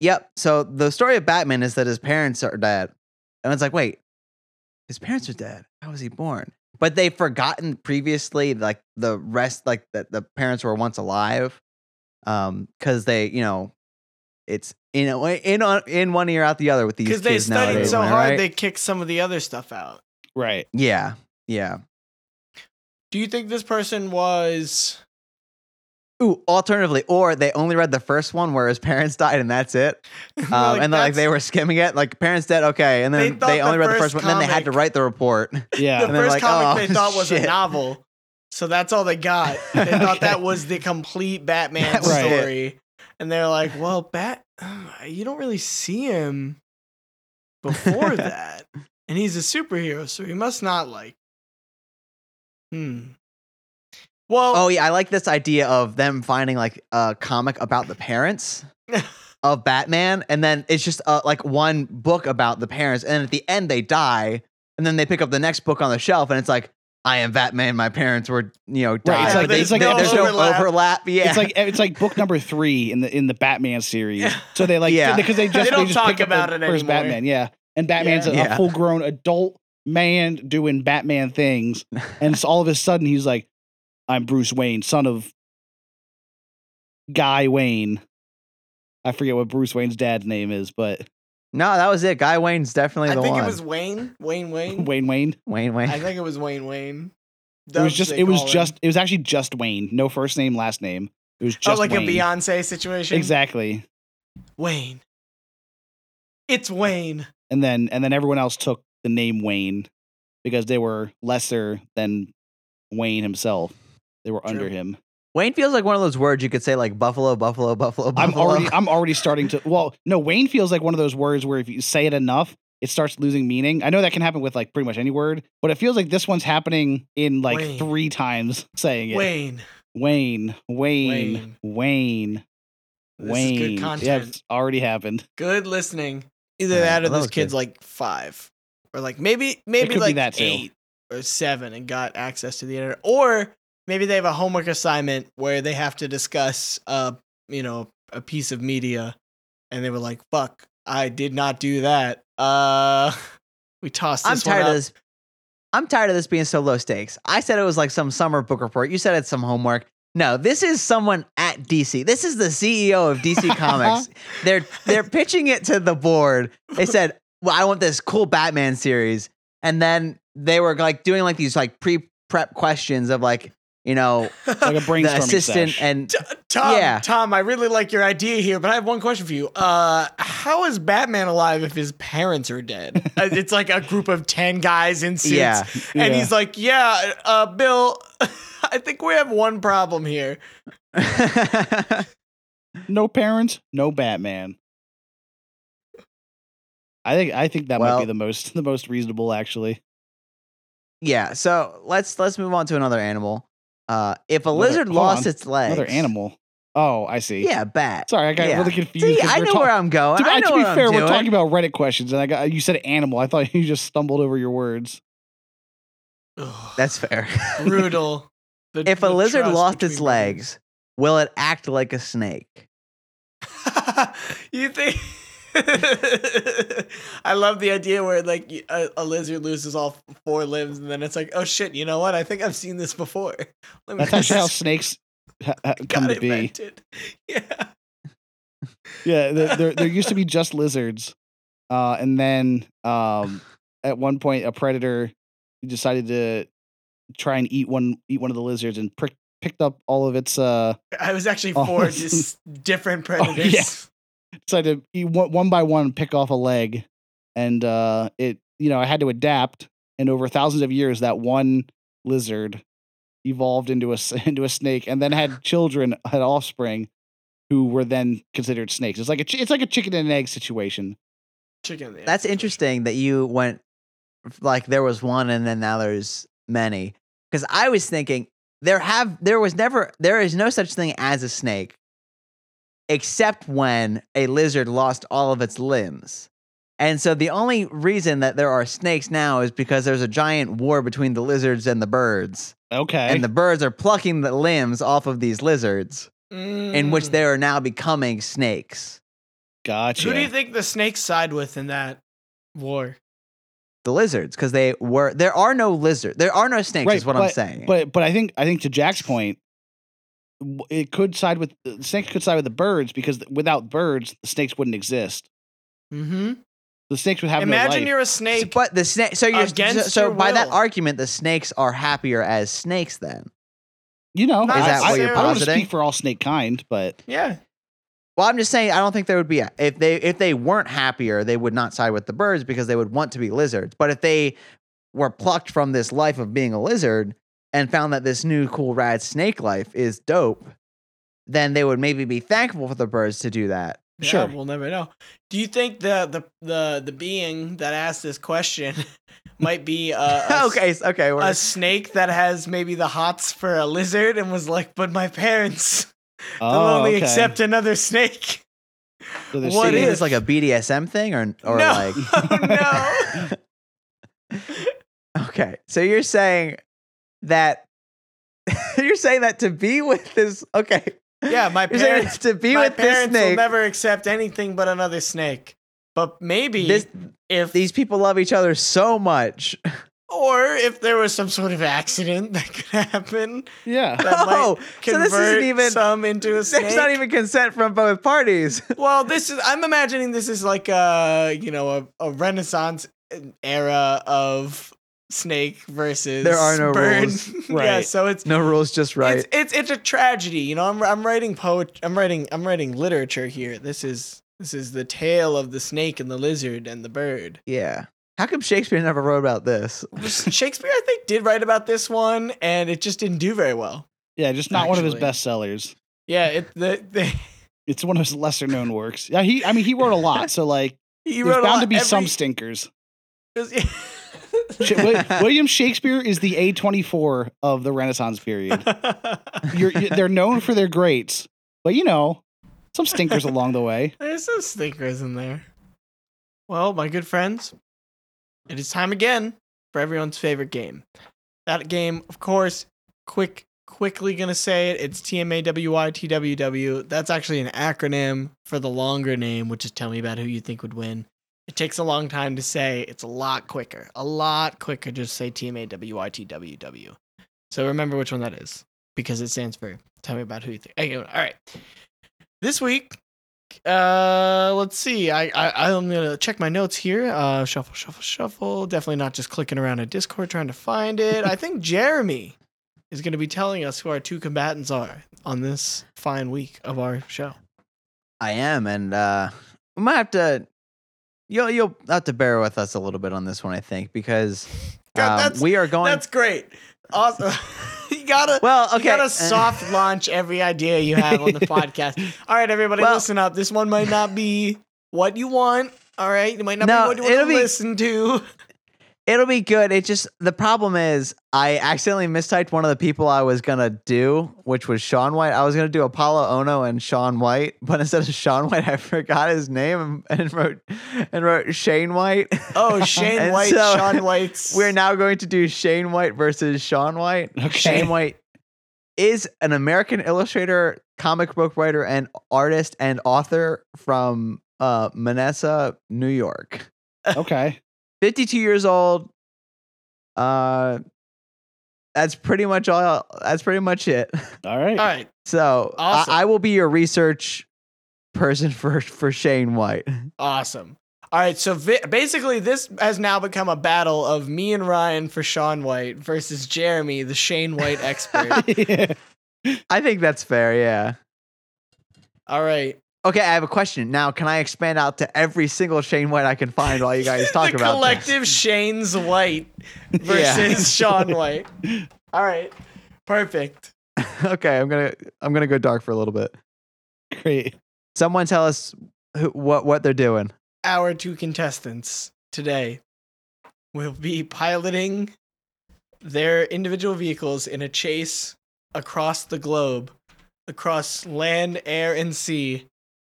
Speaker 2: yep. So the story of Batman is that his parents are dead, and it's like wait, his parents are dead. How was he born? But they've forgotten previously, like the rest, like that the parents were once alive, um, because they, you know, it's in a way, in on, in one ear out the other with these
Speaker 1: Because
Speaker 2: kids
Speaker 1: they studied
Speaker 2: nowadays,
Speaker 1: so
Speaker 2: am I
Speaker 1: hard,
Speaker 2: right?
Speaker 1: they kicked some of the other stuff out.
Speaker 3: right.
Speaker 2: yeah, yeah.
Speaker 1: Do you think this person was?
Speaker 2: Ooh, alternatively, or they only read the first one where his parents died and that's it. Um, and like they
Speaker 1: that's-
Speaker 2: were skimming it, like parents dead, okay. And
Speaker 1: They
Speaker 2: then
Speaker 1: thought
Speaker 2: they,
Speaker 1: the
Speaker 2: only read the
Speaker 1: first
Speaker 2: first one, then they had to
Speaker 1: comic-
Speaker 2: write the report.
Speaker 3: Yeah.
Speaker 1: the
Speaker 2: and they're
Speaker 1: first
Speaker 2: like,
Speaker 1: comic they
Speaker 2: "Oh,
Speaker 1: thought was a
Speaker 2: shit."
Speaker 1: novel, so that's all they got. They thought that was the complete Batman
Speaker 2: That
Speaker 3: was it.
Speaker 1: story, and they're like, "Well, Bat, you don't really see him before that, and he's a superhero, so he must not like." Hmm. Well,
Speaker 2: Oh yeah, I like this idea of them finding like a comic about the parents of Batman, and then it's just uh, like one book about the parents, and at the end they die, and then they pick up the next book on the shelf, and it's like I am Batman, my parents were you know died,
Speaker 3: it's
Speaker 2: but
Speaker 3: like-
Speaker 2: they-
Speaker 3: it's like
Speaker 2: they-
Speaker 3: no
Speaker 2: there's
Speaker 1: overlap.
Speaker 2: no overlap. Yeah,
Speaker 3: It's like eh, it's like book number three in the in the Batman series.
Speaker 1: Yeah.
Speaker 3: So they like
Speaker 2: Yeah.
Speaker 3: because they just
Speaker 1: They don't
Speaker 3: just
Speaker 1: talk
Speaker 3: picked up
Speaker 1: about
Speaker 3: the
Speaker 1: it
Speaker 3: first
Speaker 1: anymore.
Speaker 3: Batman, yeah. And Batman's
Speaker 1: Yeah.
Speaker 3: a,
Speaker 2: Yeah.
Speaker 3: full grown adult man doing Batman things, and so all of a sudden he's like, "I'm Bruce Wayne, son of Guy Wayne." I forget what Bruce Wayne's dad's name is, but
Speaker 2: no, that was it. Guy Wayne's definitely
Speaker 1: I
Speaker 2: the
Speaker 1: think
Speaker 2: one.
Speaker 1: it was Wayne. Wayne. Wayne.
Speaker 3: Wayne Wayne.
Speaker 2: Wayne Wayne.
Speaker 1: I think it was Wayne. Wayne.
Speaker 3: it was
Speaker 1: Dubs,
Speaker 3: just
Speaker 1: they
Speaker 3: it was
Speaker 1: call him.
Speaker 3: just it was actually just Wayne, no first name, last name. It was just
Speaker 1: oh, like
Speaker 3: Wayne.
Speaker 1: a Beyonce situation.
Speaker 3: exactly.
Speaker 1: Wayne. It's Wayne.
Speaker 3: and then and then everyone else took the name Wayne because they were lesser than Wayne himself. They were under
Speaker 1: True.
Speaker 3: him.
Speaker 2: Wayne feels like one of those words you could say like buffalo, buffalo, buffalo,
Speaker 3: I'm
Speaker 2: buffalo.
Speaker 3: already I'm already starting to well, no, Wayne feels like one of those words where if you say it enough, it starts losing meaning. I know that can happen with like pretty much any word, but it feels like this one's happening in like
Speaker 1: Wayne.
Speaker 3: three times saying it.
Speaker 1: Wayne.
Speaker 3: Wayne, Wayne,
Speaker 1: Wayne.
Speaker 3: Wayne,
Speaker 1: This
Speaker 3: Wayne.
Speaker 1: is good
Speaker 3: Yeah,
Speaker 1: content.
Speaker 3: it's already happened.
Speaker 1: Good listening. Either
Speaker 2: Yeah,
Speaker 1: that or
Speaker 2: I love
Speaker 1: this
Speaker 2: it,
Speaker 1: kid's
Speaker 2: too.
Speaker 1: like five. Or like maybe maybe
Speaker 3: could be
Speaker 1: like
Speaker 3: that, too.
Speaker 1: eight or seven and got access to the internet. Or maybe they have a homework assignment where they have to discuss uh you know a piece of media and they were like fuck i did not do that uh we tossed
Speaker 2: I'm
Speaker 1: this one
Speaker 2: tired
Speaker 1: up.
Speaker 2: of this. I'm tired of this being so low stakes. I said it was like some summer book report. You said it's some homework. No, this is someone at DC. This is the CEO of DC Comics. they're they're pitching it to the board. They said, "Well, I want this cool Batman series." And then they were like doing like these like pre-prep questions of like, you know,
Speaker 3: like a brainstorming
Speaker 2: the assistant
Speaker 3: sesh.
Speaker 2: and
Speaker 1: T- Tom,
Speaker 2: Yeah.
Speaker 1: Tom, I really like your idea here, but I have one question for you. Uh, how is Batman alive if his parents are dead? Uh, it's like a group of ten guys in suits,
Speaker 2: yeah.
Speaker 1: and
Speaker 3: Yeah.
Speaker 1: he's like, "Yeah, uh, Bill, I think we have one problem here."
Speaker 3: no parents, no Batman. I think I think that might be
Speaker 2: Well-
Speaker 3: the most the most reasonable actually.
Speaker 2: yeah, so let's let's move on to another animal. Uh, if a
Speaker 3: Another-
Speaker 2: lizard
Speaker 3: hold
Speaker 2: lost
Speaker 3: on.
Speaker 2: its legs,
Speaker 3: Another animal. Oh, I see.
Speaker 2: Yeah, bat.
Speaker 3: Sorry, I got
Speaker 2: Yeah.
Speaker 3: really confused.
Speaker 2: See,
Speaker 3: 'cause
Speaker 2: I
Speaker 3: we're
Speaker 2: know
Speaker 3: talk-
Speaker 2: where I'm going.
Speaker 3: to, be-
Speaker 2: I know
Speaker 3: to be
Speaker 2: what
Speaker 3: fair,
Speaker 2: I'm
Speaker 3: we're
Speaker 2: doing.
Speaker 3: talking about Reddit questions, and I got you said animal. I thought you just stumbled over your words.
Speaker 1: Ugh,
Speaker 2: That's fair.
Speaker 1: brutal. The-
Speaker 2: if a
Speaker 1: the
Speaker 2: lizard
Speaker 1: trust
Speaker 2: lost its
Speaker 1: between brothers.
Speaker 2: legs, will it act like a snake?
Speaker 1: you think? I love the idea where like y- a, a lizard loses all four limbs, and then it's like, "Oh shit! You know what? I think I've seen this before." Let me
Speaker 3: That's actually how
Speaker 1: just-
Speaker 3: snakes ha- ha-
Speaker 1: Got
Speaker 3: come to
Speaker 1: it,
Speaker 3: be.
Speaker 1: vented. Yeah.
Speaker 3: Yeah, there, there, there used to be just lizards, uh, and then um, at one point a predator decided to try and eat one eat one of the lizards and prick, picked up all of its uh,
Speaker 1: I was actually
Speaker 3: Oh,
Speaker 1: four
Speaker 3: this
Speaker 1: just different
Speaker 3: Oh,
Speaker 1: predators.
Speaker 3: yeah. decided to eat one, one by one pick off a leg, and uh, it you know I had to adapt, and over thousands of years that one lizard evolved into a s- into a snake, and then had children had offspring. Who were then considered snakes? It's like a chi- it's like a chicken and egg situation.
Speaker 1: Chicken. yeah.
Speaker 2: That's interesting that you went like there was one and then now there's many. Because I was thinking there have there was never there is no such thing as a snake, except when a lizard lost all of its limbs. And so the only reason that there are snakes now is because there's a giant war between the lizards and the birds.
Speaker 3: Okay,
Speaker 2: and the birds are plucking the limbs off of these lizards, in which
Speaker 1: Mm.
Speaker 2: they are now becoming snakes.
Speaker 3: gotcha.
Speaker 1: Who do you think the snakes side with in that war?
Speaker 2: The lizards, because they were there are no lizard, there are no snakes, is what I'm saying.
Speaker 3: But but I think I think to Jack's point, w- it could side with the snakes could side with the birds because without birds, the snakes wouldn't exist.
Speaker 1: Mm-hmm.
Speaker 3: The snakes would have
Speaker 1: Imagine
Speaker 3: no life.
Speaker 1: you're a snake.
Speaker 2: but the snake, so you're so,
Speaker 1: Against
Speaker 2: so
Speaker 1: your
Speaker 2: by that
Speaker 1: will.
Speaker 2: argument, the snakes are happier as snakes. Then,
Speaker 3: You know,
Speaker 1: Not
Speaker 3: I-
Speaker 2: that
Speaker 3: I,
Speaker 2: what you're
Speaker 3: I don't wanna
Speaker 2: positing?
Speaker 3: speak for all snake kind, but
Speaker 1: yeah.
Speaker 2: well, I'm just saying, I don't think there would be a, if they if they weren't happier, they would not side with the birds because they would want to be lizards. But if they were plucked from this life of being a lizard and found that this new cool rad snake life is dope, then they would maybe be thankful for the birds to do that.
Speaker 1: Yeah,
Speaker 3: Sure.
Speaker 1: We'll never know. Do you think the the the, the being that asked this question might be uh, a, s-
Speaker 2: okay, s- okay, we're,
Speaker 1: a snake that has maybe the hots for a lizard and was like, but my parents will
Speaker 3: oh,
Speaker 1: only
Speaker 3: okay.
Speaker 1: accept another snake.
Speaker 3: So they're
Speaker 1: what
Speaker 2: what
Speaker 3: saying
Speaker 1: if-
Speaker 2: is like a BDSM thing or or
Speaker 1: no.
Speaker 2: like
Speaker 1: Oh, no.
Speaker 2: Okay. So you're saying that you're saying that to be with this okay.
Speaker 1: Yeah, my
Speaker 2: You're saying
Speaker 1: parents.
Speaker 2: to be
Speaker 1: my
Speaker 2: with this
Speaker 1: parents will
Speaker 2: snake.
Speaker 1: never accept anything but another snake. But maybe
Speaker 2: This,
Speaker 1: if
Speaker 2: these people love each other so much.
Speaker 1: or if there was some sort of accident that could happen
Speaker 3: yeah.
Speaker 1: that
Speaker 2: Oh,
Speaker 1: might
Speaker 2: so this isn't
Speaker 1: convert
Speaker 2: even-
Speaker 1: some into a
Speaker 2: There's
Speaker 1: snake.
Speaker 2: not even consent from both parties.
Speaker 1: well, this is I'm imagining this is like a you know a, a Renaissance era of snake versus
Speaker 2: There are no
Speaker 1: bird.
Speaker 2: rules.
Speaker 1: yeah,
Speaker 3: Right.
Speaker 1: so it's
Speaker 2: No rules, just right.
Speaker 1: It's, it's it's a tragedy, you know. I'm I'm writing poet. I'm writing I'm writing literature here. This is this is the tale of the snake and the lizard and the bird.
Speaker 2: yeah. How come Shakespeare never wrote about this?
Speaker 1: Shakespeare, I think, did write about this one, and it just didn't do very well.
Speaker 3: Yeah, just not one of his
Speaker 1: Actually.
Speaker 3: best sellers.
Speaker 1: Yeah, it the, the
Speaker 3: It's one of his lesser known works. Yeah, he I mean he wrote a lot, so like
Speaker 1: he
Speaker 3: there's
Speaker 1: wrote a
Speaker 3: bound
Speaker 1: lot-
Speaker 3: to be some
Speaker 1: every-
Speaker 3: stinkers. Sh-
Speaker 1: it
Speaker 3: Wi- William Shakespeare is the A24 of the Renaissance period.
Speaker 1: was-
Speaker 3: you're, you they're known for their greats, but you know, some stinkers along the way.
Speaker 1: There's some stinkers in there. Well, my good friends, it is time again for everyone's favorite game. That game, of course, Quick quickly going to say it. It's TMAWYTWW. That's actually an acronym for the longer name, which is Tell Me About Who You Think Would Win. It takes a long time to say. It's a lot quicker. A lot quicker to just say TMAWYTWW. So remember which one that is because it stands for Tell Me About Who You Think. Okay, all right. This week, uh, let's see. I, I I'm gonna check my notes here. Uh, shuffle, shuffle, shuffle. Definitely not just clicking around a Discord trying to find it. I think Jeremy is gonna be telling us who our two combatants are on this fine week of our show.
Speaker 2: I am, and uh, we might have to. You'll you'll have to bear with us a little bit on this one, I think, because
Speaker 1: God,
Speaker 2: um,
Speaker 1: that's-
Speaker 2: we are going.
Speaker 1: That's great. Awesome. you gotta.
Speaker 2: well, okay.
Speaker 1: You gotta
Speaker 2: uh,
Speaker 1: soft launch every idea you have on the podcast. All right, everybody,
Speaker 2: Well-
Speaker 1: listen up. This one might not be what you want. All right, it might not
Speaker 2: No,
Speaker 1: be what you want to
Speaker 2: it'll be-
Speaker 1: listen to.
Speaker 2: It'll be good. It just the problem is I accidentally mistyped one of the people I was gonna do, which was Sean White. I was gonna do Apollo Ono and Sean White, but instead of Sean White, I forgot his name and, and wrote and wrote Shane White.
Speaker 1: Oh, Shane
Speaker 2: And
Speaker 1: White,
Speaker 2: so-
Speaker 1: Sean White's.
Speaker 2: We're now going to do Shane White versus Sean White.
Speaker 3: Okay.
Speaker 2: Shane White is an American illustrator, comic book writer, and artist and author from uh, Manassa, New York.
Speaker 3: Okay.
Speaker 2: 52 years old. Uh, that's pretty much all. That's pretty much it.
Speaker 3: All right.
Speaker 1: All right.
Speaker 2: So
Speaker 1: Awesome.
Speaker 2: I, I will be your research person for for Shane White.
Speaker 1: Awesome. All right. So vi- basically, this has now become a battle of me and Ryan for Sean White versus Jeremy, the Shane White expert.
Speaker 3: yeah.
Speaker 2: I think that's fair. Yeah.
Speaker 1: All right.
Speaker 2: Okay, I have a question now. Can I expand out to every single Shane White I can find while you guys talk
Speaker 1: the
Speaker 2: about this?
Speaker 1: collective Shane's White
Speaker 2: Yeah.
Speaker 1: versus Sean White. All right. Perfect.
Speaker 2: okay, I'm gonna I'm gonna go dark for a little bit.
Speaker 3: Great. Oh
Speaker 2: Someone tell us who, what what they're doing.
Speaker 1: Our two contestants today will be piloting their individual vehicles in a chase across the globe, across land, air, and sea.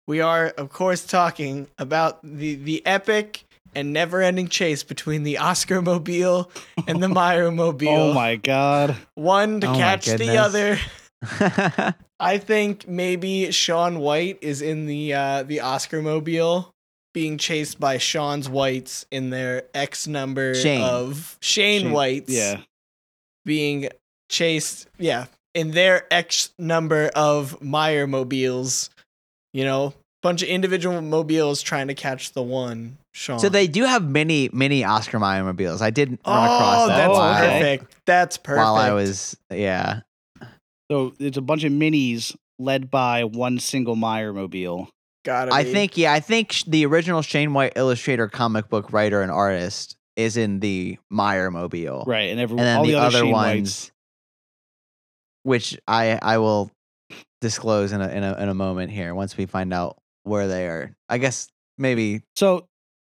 Speaker 1: We are, of course, talking about the, the epic and never ending chase between the Oscar Mobile and the Meyer Mobile.
Speaker 3: Oh my god.
Speaker 1: One to
Speaker 2: Oh my
Speaker 1: catch
Speaker 2: goodness.
Speaker 1: the other. I think maybe Sean White is in the uh, the Oscar mobile being chased by Sean's Whites in their X number
Speaker 2: Shane.
Speaker 1: of Shane,
Speaker 3: Shane-
Speaker 1: Whites
Speaker 3: Yeah.
Speaker 1: being chased, yeah, in their X number of Meyer mobiles. You know, bunch of individual mobiles trying to catch the one Sean.
Speaker 2: so they do have many many Oscar Mayer mobiles. I didn't run
Speaker 1: Oh,
Speaker 2: across that
Speaker 1: that's
Speaker 2: while,
Speaker 1: perfect. That's perfect.
Speaker 2: while I was yeah.
Speaker 3: So it's a bunch of minis led by one single Meyer mobile.
Speaker 1: Gotta
Speaker 2: I
Speaker 1: be.
Speaker 2: think yeah, I think sh- the original Shane White illustrator, comic book writer, and artist is in the Meyer mobile.
Speaker 3: Right. And everyone
Speaker 2: and then
Speaker 3: all
Speaker 2: the, other
Speaker 3: Shane
Speaker 2: ones,
Speaker 3: Whites.
Speaker 2: which I I will disclose in a, in a in a moment here once we find out where they are. I guess maybe
Speaker 3: So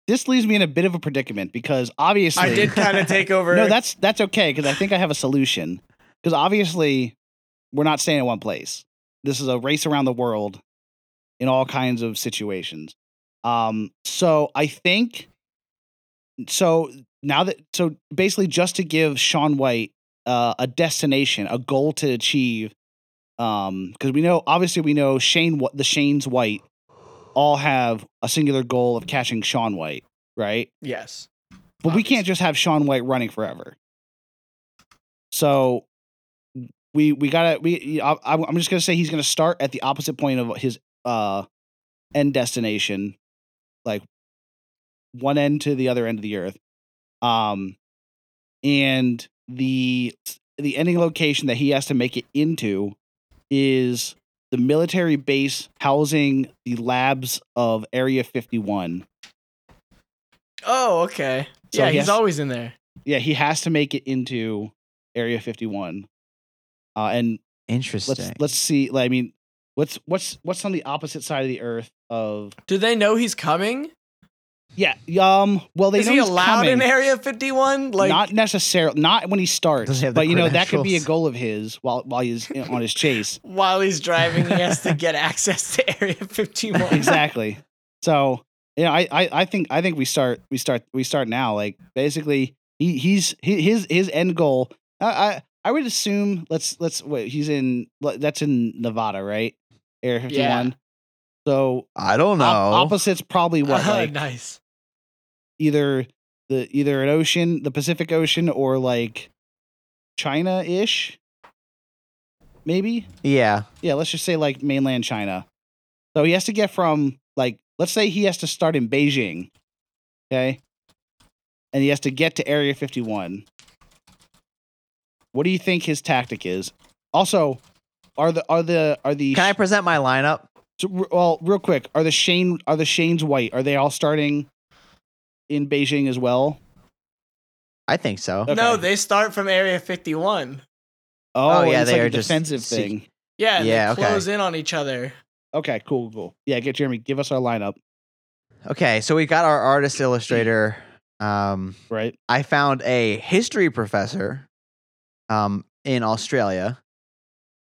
Speaker 3: this leaves me in a bit of a predicament because obviously
Speaker 1: I did kind of take over.
Speaker 3: No, that's that's okay because I think I have a solution. Because obviously, we're not staying in one place. This is a race around the world in all kinds of situations. Um, so I think so now that so basically just to give Sean White uh, a destination, a goal to achieve. Um, because we know obviously we know Shane Wh- the Shane's White all have a singular goal of catching Sean White, right?
Speaker 1: yes.
Speaker 3: But we
Speaker 1: Obviously.
Speaker 3: can't just have Sean White running forever. So we we gotta we I, I'm I'm just gonna say he's gonna start at the opposite point of his uh end destination, like one end to the other end of the earth, um, and the the ending location that he has to make it into is the military base housing the labs of Area 51.
Speaker 1: Oh, okay.
Speaker 3: So
Speaker 1: yeah,
Speaker 3: he
Speaker 1: he's
Speaker 3: has-
Speaker 1: always in there.
Speaker 3: yeah, he has to make it into Area 51. Uh, and
Speaker 2: interesting.
Speaker 3: let's let's see. like, I mean, what's what's what's on the opposite side of the Earth of?
Speaker 1: Do they know he's coming?
Speaker 3: Yeah. Um. Well, they
Speaker 1: Is
Speaker 3: know
Speaker 1: he
Speaker 3: he's
Speaker 1: allowed
Speaker 3: coming.
Speaker 1: in Area 51? Like,
Speaker 3: not necessarily. Not when he starts.
Speaker 2: Does he have the
Speaker 3: but you know that could be a
Speaker 2: credentials?
Speaker 3: goal of his while while he's in- on his chase.
Speaker 1: while he's driving, he has to get access to Area 51.
Speaker 3: exactly. So you know, I, I I think I think we start we start we start now. Like basically, he he's he, his his end goal. I, I I would assume let's let's wait. He's in le- that's in Nevada, right? Area fifty one.
Speaker 1: Yeah.
Speaker 3: So
Speaker 2: I don't know.
Speaker 3: op- opposites probably what
Speaker 1: Uh-huh.
Speaker 3: like
Speaker 1: Ah, nice.
Speaker 3: either the either an ocean, the Pacific Ocean, or like China ish. Maybe
Speaker 2: yeah.
Speaker 3: yeah. Let's just say like mainland China. So he has to get from like let's say he has to start in Beijing, okay, and he has to get to Area fifty one. What do you think his tactic is? Also, are the are the are the
Speaker 2: Can I present my lineup?
Speaker 3: so, r- well, real quick, are the Shane are the Shane's white? Are they all starting in Beijing as well?
Speaker 2: I think so.
Speaker 3: Okay.
Speaker 1: No, they start from Area 51.
Speaker 2: Oh, yeah,
Speaker 3: it's
Speaker 2: they
Speaker 3: like a
Speaker 2: are just
Speaker 3: defensive
Speaker 2: see-
Speaker 3: thing.
Speaker 1: Yeah, and
Speaker 2: Yeah,
Speaker 1: they
Speaker 2: okay.
Speaker 1: close in on each other.
Speaker 3: Okay, cool, cool. Yeah, get Jeremy. Give us our lineup,
Speaker 2: Okay, so we got our artist illustrator. Um,
Speaker 3: right?
Speaker 2: I found a history professor um, in Australia.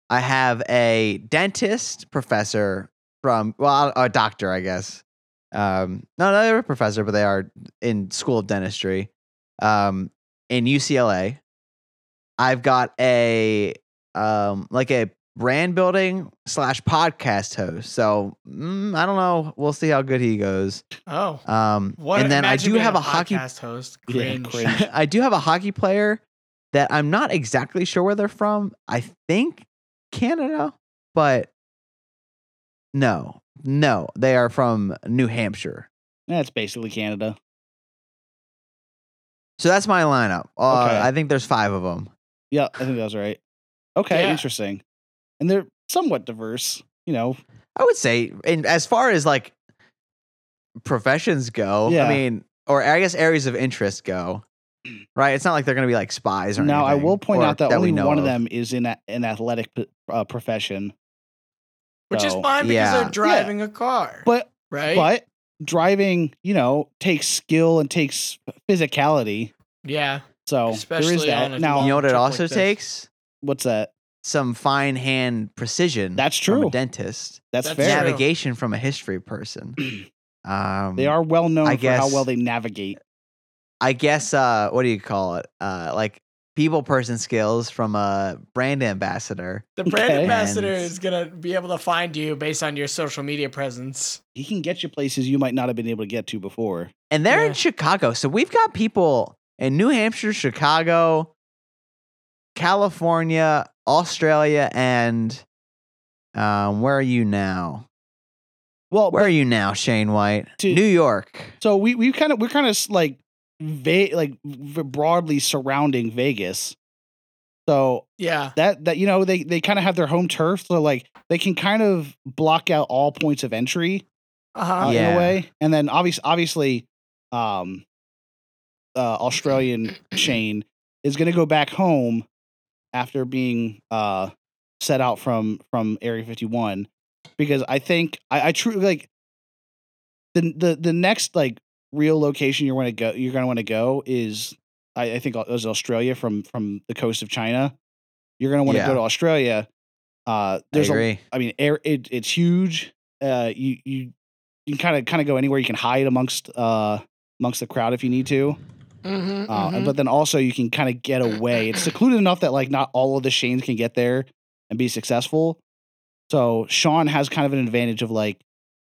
Speaker 2: I have a dentist professor from, well, a doctor, I guess. Um, no, no, they're a professor, but they are in School of Dentistry um, in UCLA. I've got a, um, like a brand building slash podcast host. So mm, I don't know. We'll see how good he goes.
Speaker 1: Oh.
Speaker 2: Um,
Speaker 1: What,
Speaker 2: and then I
Speaker 1: imagine
Speaker 2: do
Speaker 1: being
Speaker 2: have a,
Speaker 1: podcast
Speaker 2: hockey
Speaker 1: host.
Speaker 3: Yeah,
Speaker 1: Cringe.
Speaker 3: cringe.
Speaker 2: I do have a hockey player that I'm not exactly sure where they're from. I think Canada, but no, no, they are from New Hampshire.
Speaker 3: That's basically Canada.
Speaker 2: So that's my lineup. Uh,
Speaker 3: Okay.
Speaker 2: I think there's five of them.
Speaker 3: Yeah, I think that was right. Okay,
Speaker 1: Yeah.
Speaker 3: interesting. And they're somewhat diverse, you know.
Speaker 2: I would say, and as far as like professions go,
Speaker 3: Yeah.
Speaker 2: I mean, or I guess areas of interest go, right? It's not like they're going to be like spies or
Speaker 3: Now I
Speaker 2: anything,
Speaker 3: will point
Speaker 2: or
Speaker 3: out that,
Speaker 2: we
Speaker 3: only
Speaker 2: know
Speaker 3: one of
Speaker 2: of.
Speaker 3: them is in a, an athletic p- uh, profession,
Speaker 1: Which is
Speaker 3: So-
Speaker 1: fine because
Speaker 2: Yeah.
Speaker 1: they're driving a car.
Speaker 3: but
Speaker 1: right?
Speaker 3: but driving, you know, takes skill and takes physicality.
Speaker 1: yeah.
Speaker 3: So there is
Speaker 1: Especially on
Speaker 3: that.
Speaker 1: a
Speaker 3: Now,
Speaker 2: You know what it
Speaker 1: Trip like
Speaker 2: also
Speaker 1: this.
Speaker 2: takes?
Speaker 3: what's that?
Speaker 2: Some fine hand precision.
Speaker 3: That's
Speaker 2: Mm, From
Speaker 3: true.
Speaker 2: a dentist.
Speaker 3: That's,
Speaker 1: That's
Speaker 3: fair.
Speaker 1: true.
Speaker 2: navigation from a history person. Um,
Speaker 3: They are well known
Speaker 2: I
Speaker 3: for how
Speaker 2: guess-
Speaker 3: well they navigate.
Speaker 2: I guess. Uh, what do you call it? Uh, like people person skills from a brand ambassador.
Speaker 1: The brand
Speaker 3: Okay.
Speaker 1: ambassador
Speaker 2: And-
Speaker 1: is going to be able to find you based on your social media presence.
Speaker 3: He can get you places you might not have been able to get to before.
Speaker 2: and they're
Speaker 1: Yeah.
Speaker 2: in Chicago. So we've got people in New Hampshire, Chicago, California, Australia, and um, where are you now?
Speaker 3: Well,
Speaker 2: Where are you now, Shane White?
Speaker 3: To-
Speaker 2: New York.
Speaker 3: so we we kind of we're kind of like va- like v- broadly surrounding Vegas. So
Speaker 1: Yeah.
Speaker 3: that that you know they they kind of have their home turf, so like they can kind of block out all points of entry. uh,
Speaker 1: Uh-huh.
Speaker 3: in
Speaker 2: Yeah.
Speaker 3: a way. And then obviously, obviously, um, uh, Australian Shane is going to go back home after being uh, set out from from Area 51 because I think I, I truly like the the the next like real location you're going to go you're going to want to go is I, I think it was Australia from from the coast of China. You're going to want to
Speaker 2: Yeah.
Speaker 3: go to Australia. Uh,
Speaker 2: I
Speaker 3: there's a
Speaker 2: agree.
Speaker 3: I mean, air it, it's huge. Uh, you you you kind of kind of go anywhere. You can hide amongst uh amongst the crowd if you need to.
Speaker 1: Mhm,
Speaker 3: Uh,
Speaker 1: mhm.
Speaker 3: But then also you can kind of get away. It's secluded enough that like not all of the Shanes can get there and be successful. So Sean has kind of an advantage of like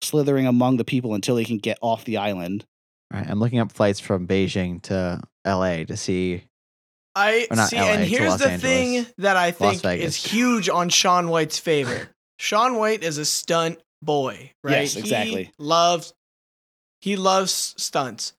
Speaker 3: slithering among the people until he can get off the island.
Speaker 2: All right, I'm looking up flights from Beijing to L.A. to see.
Speaker 1: I
Speaker 2: Or not
Speaker 1: see,
Speaker 2: LA,
Speaker 1: and
Speaker 2: to
Speaker 1: here's
Speaker 2: Los
Speaker 1: the
Speaker 2: Angeles.
Speaker 1: thing that I think is
Speaker 2: Vegas.
Speaker 1: huge on Sean White's favor. Sean White is a stunt boy, right?
Speaker 3: Yes, exactly.
Speaker 1: He loves he loves stunts.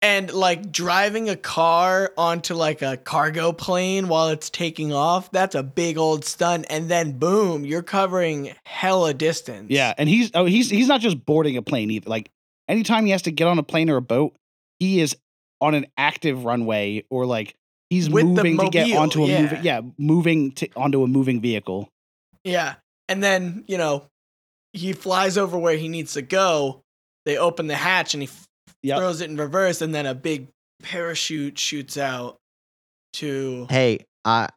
Speaker 1: And like driving a car onto like a cargo plane while it's taking off, that's a big old stunt. And then boom, you're covering hella distance.
Speaker 3: Yeah, and he's oh he's he's not just boarding a plane either. Like anytime he has to get on a plane or a boat, he is on an active runway or like he's
Speaker 1: With the
Speaker 3: moving to get
Speaker 1: mobile,
Speaker 3: onto a
Speaker 1: yeah.
Speaker 3: moving yeah moving to onto a moving vehicle.
Speaker 1: Yeah. And then, you know, he flies over where he needs to go. They open the hatch and he f-
Speaker 3: Yep.
Speaker 1: throws it in reverse, and then a big parachute shoots out to.
Speaker 2: Hey, I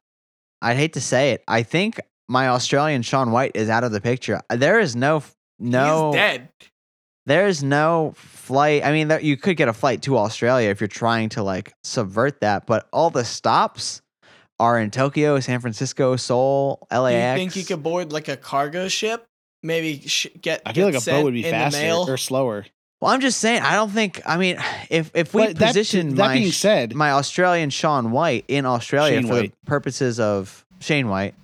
Speaker 2: I'd hate to say it. I think my Australian Sean White is out of the picture. Uh, There is no
Speaker 1: He's
Speaker 2: no
Speaker 1: dead.
Speaker 2: there is no flight. I mean, there, you could get a flight to Australia if you're trying to like subvert that, but all the stops are in Tokyo, San Francisco, Seoul,
Speaker 1: Do you
Speaker 2: LAX.
Speaker 1: think you could board like a cargo ship? Maybe sh- get.
Speaker 3: I feel
Speaker 1: get
Speaker 3: like a boat
Speaker 1: sent
Speaker 3: would be
Speaker 1: in the
Speaker 3: faster
Speaker 1: mail?
Speaker 3: or slower.
Speaker 2: Well, I'm just saying. I don't think. I mean, if if we
Speaker 3: But that-
Speaker 2: position
Speaker 3: that,
Speaker 2: my
Speaker 3: being said,
Speaker 2: my Australian Sean White in Australia
Speaker 3: Shane
Speaker 2: for
Speaker 3: White.
Speaker 2: the purposes of Shane White.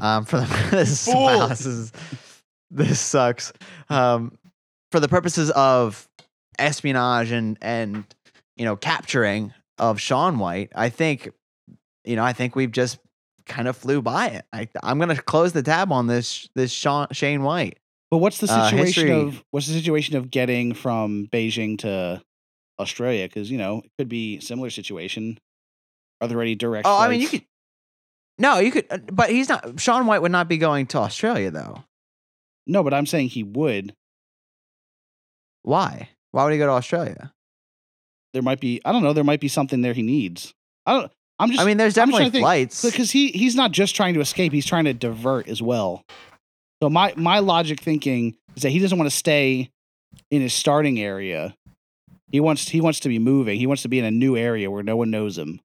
Speaker 2: Um, for the this,
Speaker 1: Fool.
Speaker 2: wow, this is this sucks. Um, for the purposes of espionage and and you know capturing of Sean White, I think you know I think we've just kind of flew by it. I, I'm gonna close the tab on this this Sean Shane White.
Speaker 3: but what's the
Speaker 2: uh,
Speaker 3: situation
Speaker 2: history-
Speaker 3: of what's the situation of getting from Beijing to Australia? Because you know it could be similar situation. Are there any direct?
Speaker 2: Oh, I mean you
Speaker 3: flights?
Speaker 2: could. No, you could, uh, but he's not. Sean White would not be going to Australia though.
Speaker 3: No, but I'm saying he would.
Speaker 2: Why? Why would he go to Australia?
Speaker 3: There might be. I don't know. There might be something there he needs. I don't. I'm just.
Speaker 2: I mean, there's
Speaker 3: I'm just
Speaker 2: definitely
Speaker 3: trying
Speaker 2: flights.
Speaker 3: because he he's not just trying to escape. He's trying to divert as well. So my my logic thinking is that he doesn't want to stay in his starting area. He wants he wants to be moving. He wants to be in a new area where no one knows him.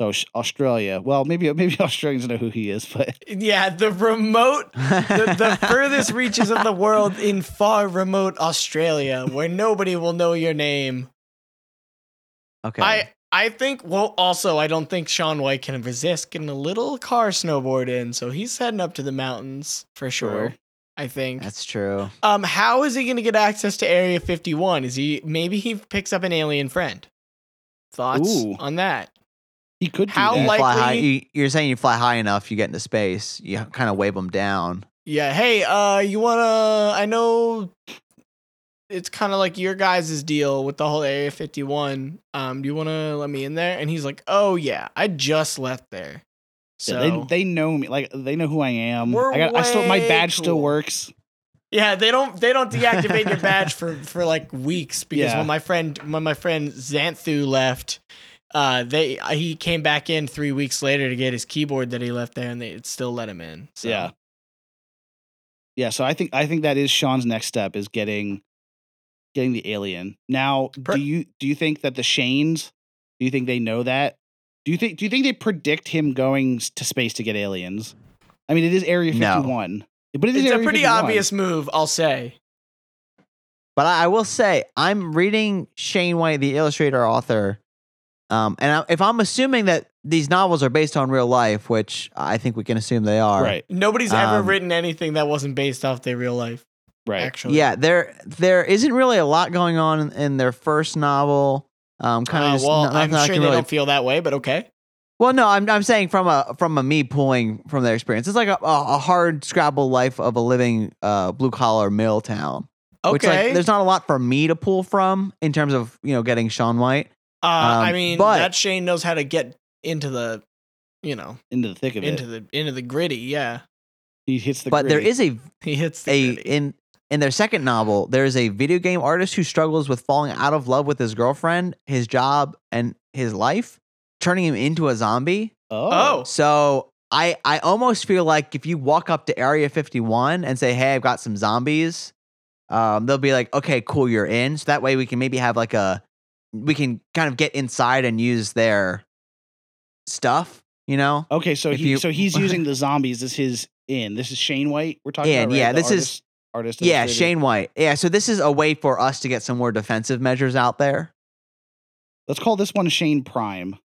Speaker 3: So Sh- Australia. Well, maybe maybe Australians know who he is, but
Speaker 1: Yeah, the remote the, the furthest reaches of the world in far remote Australia where nobody will know your name.
Speaker 2: Okay.
Speaker 1: I I think well also I don't think Sean White can resist getting a little car snowboard in, so he's heading up to the mountains for sure.
Speaker 3: True.
Speaker 1: I think.
Speaker 2: That's true.
Speaker 1: Um how is he going to get access to Area 51? Is he maybe he picks up an alien friend? Thoughts
Speaker 3: Ooh.
Speaker 1: on that?
Speaker 3: he could. Do
Speaker 1: How
Speaker 3: that.
Speaker 2: You fly
Speaker 1: likely-
Speaker 2: high, you, you're saying you fly high enough, you get into space, you kind of wave them down.
Speaker 1: Yeah, hey, uh you want to I know it's kind of like your guys' deal with the whole Area 51. Um, do you want to let me in there? And he's like, "Oh yeah, I just left there." So
Speaker 3: Yeah, they they know me. Like they know who I am.
Speaker 1: We're
Speaker 3: I, got, I still my
Speaker 1: way
Speaker 3: badge still
Speaker 1: cool.
Speaker 3: works.
Speaker 1: Yeah, they don't they don't deactivate your badge for for like weeks because
Speaker 3: Yeah.
Speaker 1: when my friend when my friend Xanthu left, uh, they he came back in three weeks later to get his keyboard that he left there, and they it still let him in. So.
Speaker 3: Yeah. Yeah, so I think I think that is Sean's next step is getting getting the alien. Now,
Speaker 1: Per-
Speaker 3: do you do you think that the Shanes, do you think they know that? Do you think do you think they predict him going s- to space to get aliens? I mean, it is Area
Speaker 2: No.
Speaker 3: 51. But it is
Speaker 1: it's a
Speaker 3: Area
Speaker 1: pretty
Speaker 3: 51.
Speaker 1: obvious move, I'll say.
Speaker 2: But I, I will say, I'm reading Shane White, the illustrator author. Um, and I, if I'm assuming that these novels are based on real life, which I think we can assume they are,
Speaker 3: Right,
Speaker 1: Nobody's ever
Speaker 2: Um,
Speaker 1: written anything that wasn't based off their real life.
Speaker 3: right.
Speaker 1: Actually,
Speaker 2: Yeah, there there isn't really a lot going on in, in their first novel. Um, kind of
Speaker 1: Uh,
Speaker 2: just
Speaker 1: well,
Speaker 2: no-
Speaker 1: I'm
Speaker 2: nothing I
Speaker 1: sure
Speaker 2: can
Speaker 1: they
Speaker 2: really
Speaker 1: don't feel that way, but okay.
Speaker 2: Well, no, I'm I'm saying from a from a me pulling from their experience. It's like a, a, a hard scrabble life of a living uh, blue collar mill town.
Speaker 1: Okay.
Speaker 2: Which like there's not a lot for me to pull from in terms of, you know, getting Sean White.
Speaker 1: uh, I
Speaker 2: um,
Speaker 1: mean,
Speaker 2: but-
Speaker 1: that Shane knows how to get into the, you know,
Speaker 3: Into the thick of
Speaker 1: into
Speaker 3: it.
Speaker 1: the into the gritty. Yeah,
Speaker 3: He hits the
Speaker 2: but there
Speaker 3: gritty.
Speaker 2: is a
Speaker 1: he hits the
Speaker 2: a
Speaker 1: gritty.
Speaker 2: in in their second novel, there is a video game artist who struggles with falling out of love with his girlfriend, his job, and his life, turning him into a zombie.
Speaker 3: Oh.
Speaker 2: So I I almost feel like if you walk up to Area 51 and say, "Hey, I've got some zombies," um, they'll be like, "Okay, cool, you're in." So that way we can maybe have like a we can kind of get inside and use their stuff, you know?
Speaker 3: Okay, so
Speaker 2: Oh. If
Speaker 3: he
Speaker 2: you-
Speaker 3: so he's using the zombies as his in. This is Shane White we're talking
Speaker 2: In,
Speaker 3: about. right?
Speaker 2: yeah,
Speaker 3: The
Speaker 2: this is-
Speaker 3: artist, artist
Speaker 2: Yeah,
Speaker 3: illustrator.
Speaker 2: Shane White. Yeah, so this is a way for us to get some more defensive measures out there.
Speaker 3: Let's call this one Shane Prime.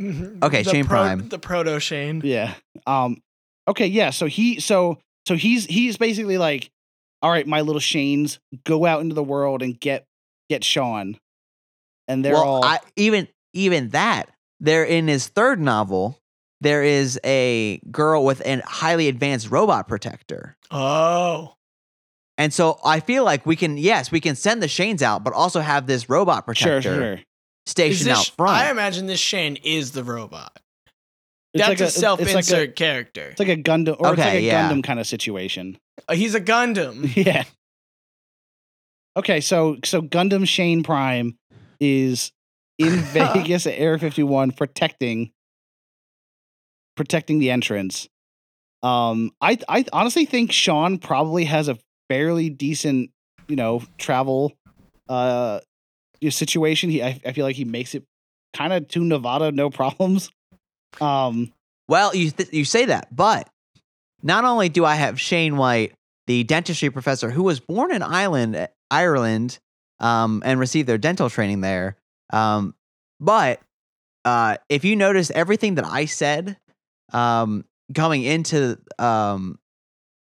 Speaker 1: Mhm.
Speaker 2: Okay,
Speaker 1: The
Speaker 2: Shane Prime.
Speaker 1: The proto Shane.
Speaker 3: Yeah. Um. Okay. Yeah. So he. So so he's he's basically like, all right, my little Shanes, go out into the world and get get Sean, and they're
Speaker 2: well,
Speaker 3: all
Speaker 2: I, even even that there in his third novel, there is a girl with an highly advanced robot protector.
Speaker 1: Oh,
Speaker 2: And so I feel like we can, yes, we can send the Shanes out, but also have this robot
Speaker 3: sure
Speaker 2: protector
Speaker 3: sure.
Speaker 1: is
Speaker 2: stationed
Speaker 1: this,
Speaker 2: out front.
Speaker 1: I imagine this Shane is the robot.
Speaker 3: It's
Speaker 1: That's
Speaker 3: like
Speaker 1: a,
Speaker 3: it's
Speaker 1: self
Speaker 3: like
Speaker 1: insert
Speaker 3: a,
Speaker 1: character.
Speaker 3: it's like a Gundam or it's like
Speaker 2: Okay,
Speaker 3: a
Speaker 2: yeah.
Speaker 3: Gundam kind of situation.
Speaker 1: Uh, He's a Gundam.
Speaker 3: yeah. Okay. So so Gundam Shane Prime is in Vegas at Air Fifty One protecting protecting the entrance. Um, I I honestly think Sean probably has a fairly decent, you know, travel uh you know, situation. He I, I feel like he makes it kind of to Nevada no problems. Um,
Speaker 2: Well, you th- you say that, but not only do I have Shane White, the dentistry professor who was born in Ireland, Ireland, um, and received their dental training there, um, but uh, if you notice everything that I said um, coming into um,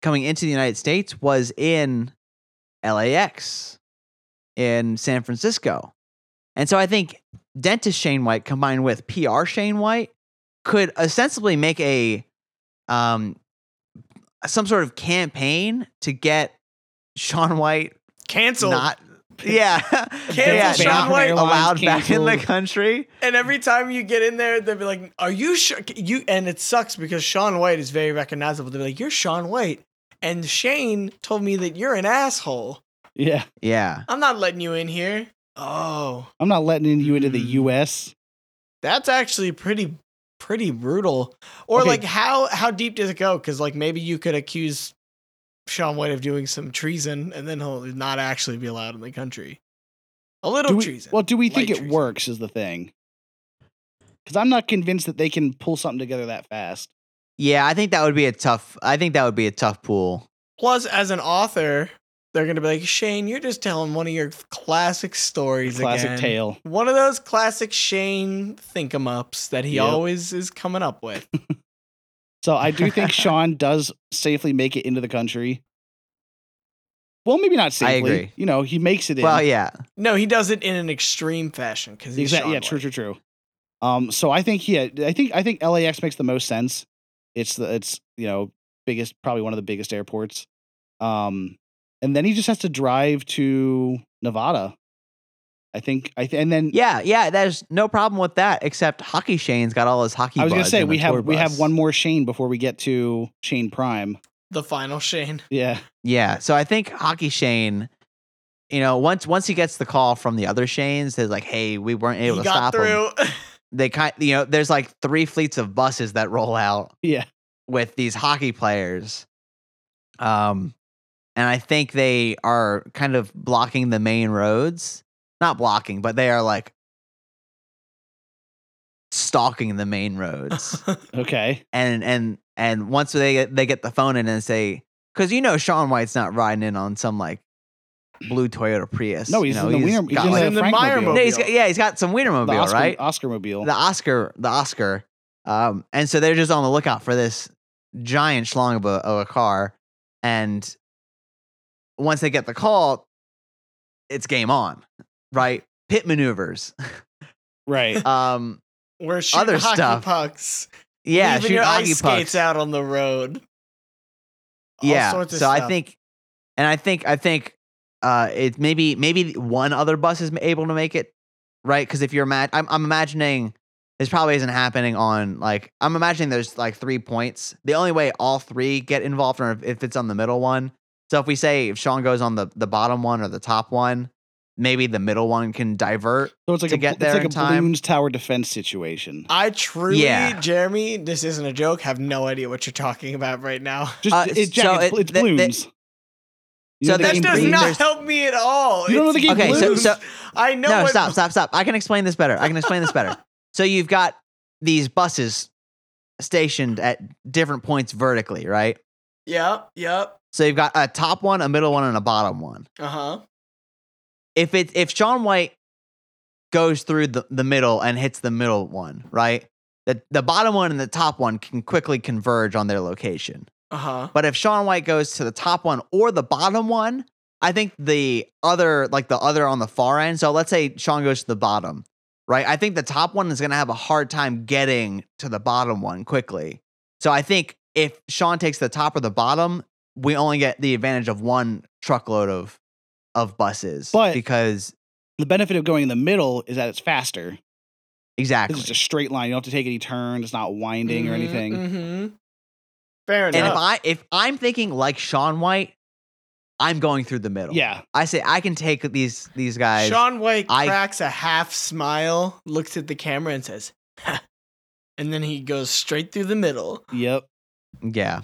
Speaker 2: coming into the United States was in LAX in San Francisco. And so I think dentist Shane White combined with PR Shane White could ostensibly make a um some sort of campaign to get Sean White
Speaker 1: Canceled.
Speaker 2: not yeah, yeah,
Speaker 1: Sean
Speaker 2: not
Speaker 1: White.
Speaker 2: allowed back in the
Speaker 3: Canceled.
Speaker 2: country.
Speaker 1: And every time you get in there, they'll be like, "Are you sure?" You and it sucks because Sean White is very recognizable. They'll be like, "You're Sean White," and Shane told me that you're an asshole.
Speaker 3: Yeah.
Speaker 2: Yeah.
Speaker 1: I'm not letting you in here. Oh,
Speaker 3: I'm not letting in you into the
Speaker 2: Mm.
Speaker 3: US.
Speaker 1: that's actually pretty pretty brutal. Or
Speaker 3: Okay.
Speaker 1: like how how deep does it go? Because like maybe you could accuse Sean White of doing some treason, and then he'll not actually be allowed in the country. A little
Speaker 3: Do we,
Speaker 1: treason.
Speaker 3: well, do we think
Speaker 1: Light
Speaker 3: it
Speaker 1: treason.
Speaker 3: works is the thing. Cuz I'm not convinced that they can pull something together that fast.
Speaker 2: Yeah, I think that would be a tough I think that would be a tough pool.
Speaker 1: Plus, as an author, they're gonna be like, Shane, you're just telling one of your classic stories
Speaker 3: Classic
Speaker 1: again.
Speaker 3: tale.
Speaker 1: One of those classic Shane think em ups that he
Speaker 3: Yep.
Speaker 1: always is coming up with.
Speaker 3: So I do think Sean does safely make it into the country. Well, maybe not safely.
Speaker 2: agree.
Speaker 3: You know, he makes it in.
Speaker 2: Well, yeah.
Speaker 1: No, he does it in an extreme fashion because he's Sean
Speaker 3: Exactly. Yeah. True.
Speaker 1: White.
Speaker 3: True. True. Um. So I think yeah. I think I think LAX makes the most sense. It's the it's you know biggest probably one of the biggest airports. Um, and then he just has to drive to Nevada. I think I th- and then
Speaker 2: Yeah, yeah, there's no problem with that except Hockey Shane's got all his hockey
Speaker 3: I was gonna
Speaker 2: buds
Speaker 3: say
Speaker 2: in the
Speaker 3: we
Speaker 2: tour
Speaker 3: have we have
Speaker 2: bus.
Speaker 3: one more Shane before we get to Shane Prime.
Speaker 1: The final Shane.
Speaker 3: Yeah.
Speaker 2: Yeah, so I think Hockey Shane you know, once once he gets the call from the other Shanes, they're like, "Hey, we weren't able
Speaker 1: he
Speaker 2: to
Speaker 1: got
Speaker 2: stop him."
Speaker 1: through.
Speaker 2: They kind, you know, there's like three fleets of buses that roll out
Speaker 3: Yeah.
Speaker 2: with these hockey players. Um, and I think they are kind of blocking the main roads. Not blocking, but they are like stalking the main roads.
Speaker 3: Okay.
Speaker 2: and and and once they get, they get the phone in and say, because you know Sean White's not riding in on some like blue Toyota Prius.
Speaker 3: No,
Speaker 2: you
Speaker 3: he's
Speaker 2: know,
Speaker 3: in the Wiener. He's
Speaker 2: got,
Speaker 3: in
Speaker 2: like-
Speaker 1: in the
Speaker 3: the Frankmobile.
Speaker 1: Meyermobile.
Speaker 2: No, he's got- yeah, he's got some
Speaker 3: The
Speaker 2: Wienermobile,
Speaker 3: Oscar,
Speaker 2: right?
Speaker 3: Oscar mobile.
Speaker 2: the Oscar, the Oscar. Um, and so they're just on the lookout for this giant schlong of a, of a car. And once they get the call, it's game on, right? Pit maneuvers.
Speaker 3: right.
Speaker 2: Um,
Speaker 1: We're shooting
Speaker 2: Other
Speaker 1: hockey
Speaker 2: stuff.
Speaker 1: pucks.
Speaker 2: yeah,
Speaker 1: leaving
Speaker 2: shoot
Speaker 1: your
Speaker 2: hockey
Speaker 1: ice
Speaker 2: pucks.
Speaker 1: skates out on the road. All
Speaker 2: yeah.
Speaker 1: sorts of
Speaker 2: so I
Speaker 1: stuff.
Speaker 2: think, and I think, I think, uh, it maybe maybe one other bus is able to make it, right? Because if you're mad, I'm I'm imagining this probably isn't happening on like I'm imagining there's like three points. The only way all three get involved are if, if it's on the middle one. So if we say if Sean goes on the the bottom one or the top one, maybe the middle one can divert.
Speaker 3: So it's like
Speaker 2: to
Speaker 3: a
Speaker 2: get
Speaker 3: it's
Speaker 2: there
Speaker 3: like
Speaker 2: in
Speaker 3: a
Speaker 2: time. Uh,
Speaker 3: balloons tower defense situation.
Speaker 1: I truly,
Speaker 2: Yeah.
Speaker 1: Jeremy, this isn't a joke, have no idea what you're talking about right now.
Speaker 3: Just
Speaker 2: Uh,
Speaker 3: it, Jack,
Speaker 2: so it-
Speaker 3: it's, it's
Speaker 2: th- th-
Speaker 3: balloons. You
Speaker 2: so
Speaker 3: know the
Speaker 2: that
Speaker 1: That
Speaker 3: game
Speaker 1: does
Speaker 2: Green,
Speaker 1: not
Speaker 2: there's-
Speaker 1: help me at all.
Speaker 3: You don't know the game
Speaker 2: Okay, so-
Speaker 1: Blues.
Speaker 2: so-
Speaker 1: I know
Speaker 2: no,
Speaker 1: what
Speaker 2: stop, stop, stop. I can explain this better. I can explain this better. So you've got these buses stationed at different points vertically, right?
Speaker 1: Yep, yep.
Speaker 2: So you've got a top one, a middle one, and a bottom one.
Speaker 1: Uh huh.
Speaker 2: If it if Sean White goes through the, the middle and hits the middle one, right? The the bottom one and the top one can quickly converge on their location.
Speaker 1: Uh huh.
Speaker 2: But if Sean White goes to the top one or the bottom one, I think the other, like the other on the far end. So let's say Sean goes to the bottom, right? I think the top one is going to have a hard time getting to the bottom one quickly. So I think if Sean takes the top or the bottom, we only get the advantage of one truckload of of buses.
Speaker 3: But-
Speaker 2: because
Speaker 3: The benefit of going in the middle is that it's faster. This
Speaker 2: exactly.
Speaker 3: is just a straight line. You don't have to take any turns. It's not winding or anything.
Speaker 1: Mm-hmm. Fair
Speaker 2: and if
Speaker 1: enough.
Speaker 2: I if I'm thinking like Sean White, I'm going through the middle.
Speaker 3: Yeah.
Speaker 2: I say I can take these these guys.
Speaker 1: Sean White
Speaker 2: I-
Speaker 1: cracks a half smile, looks at the camera, and says, "Ha." and then he goes straight through the middle.
Speaker 3: Yep.
Speaker 2: Yeah.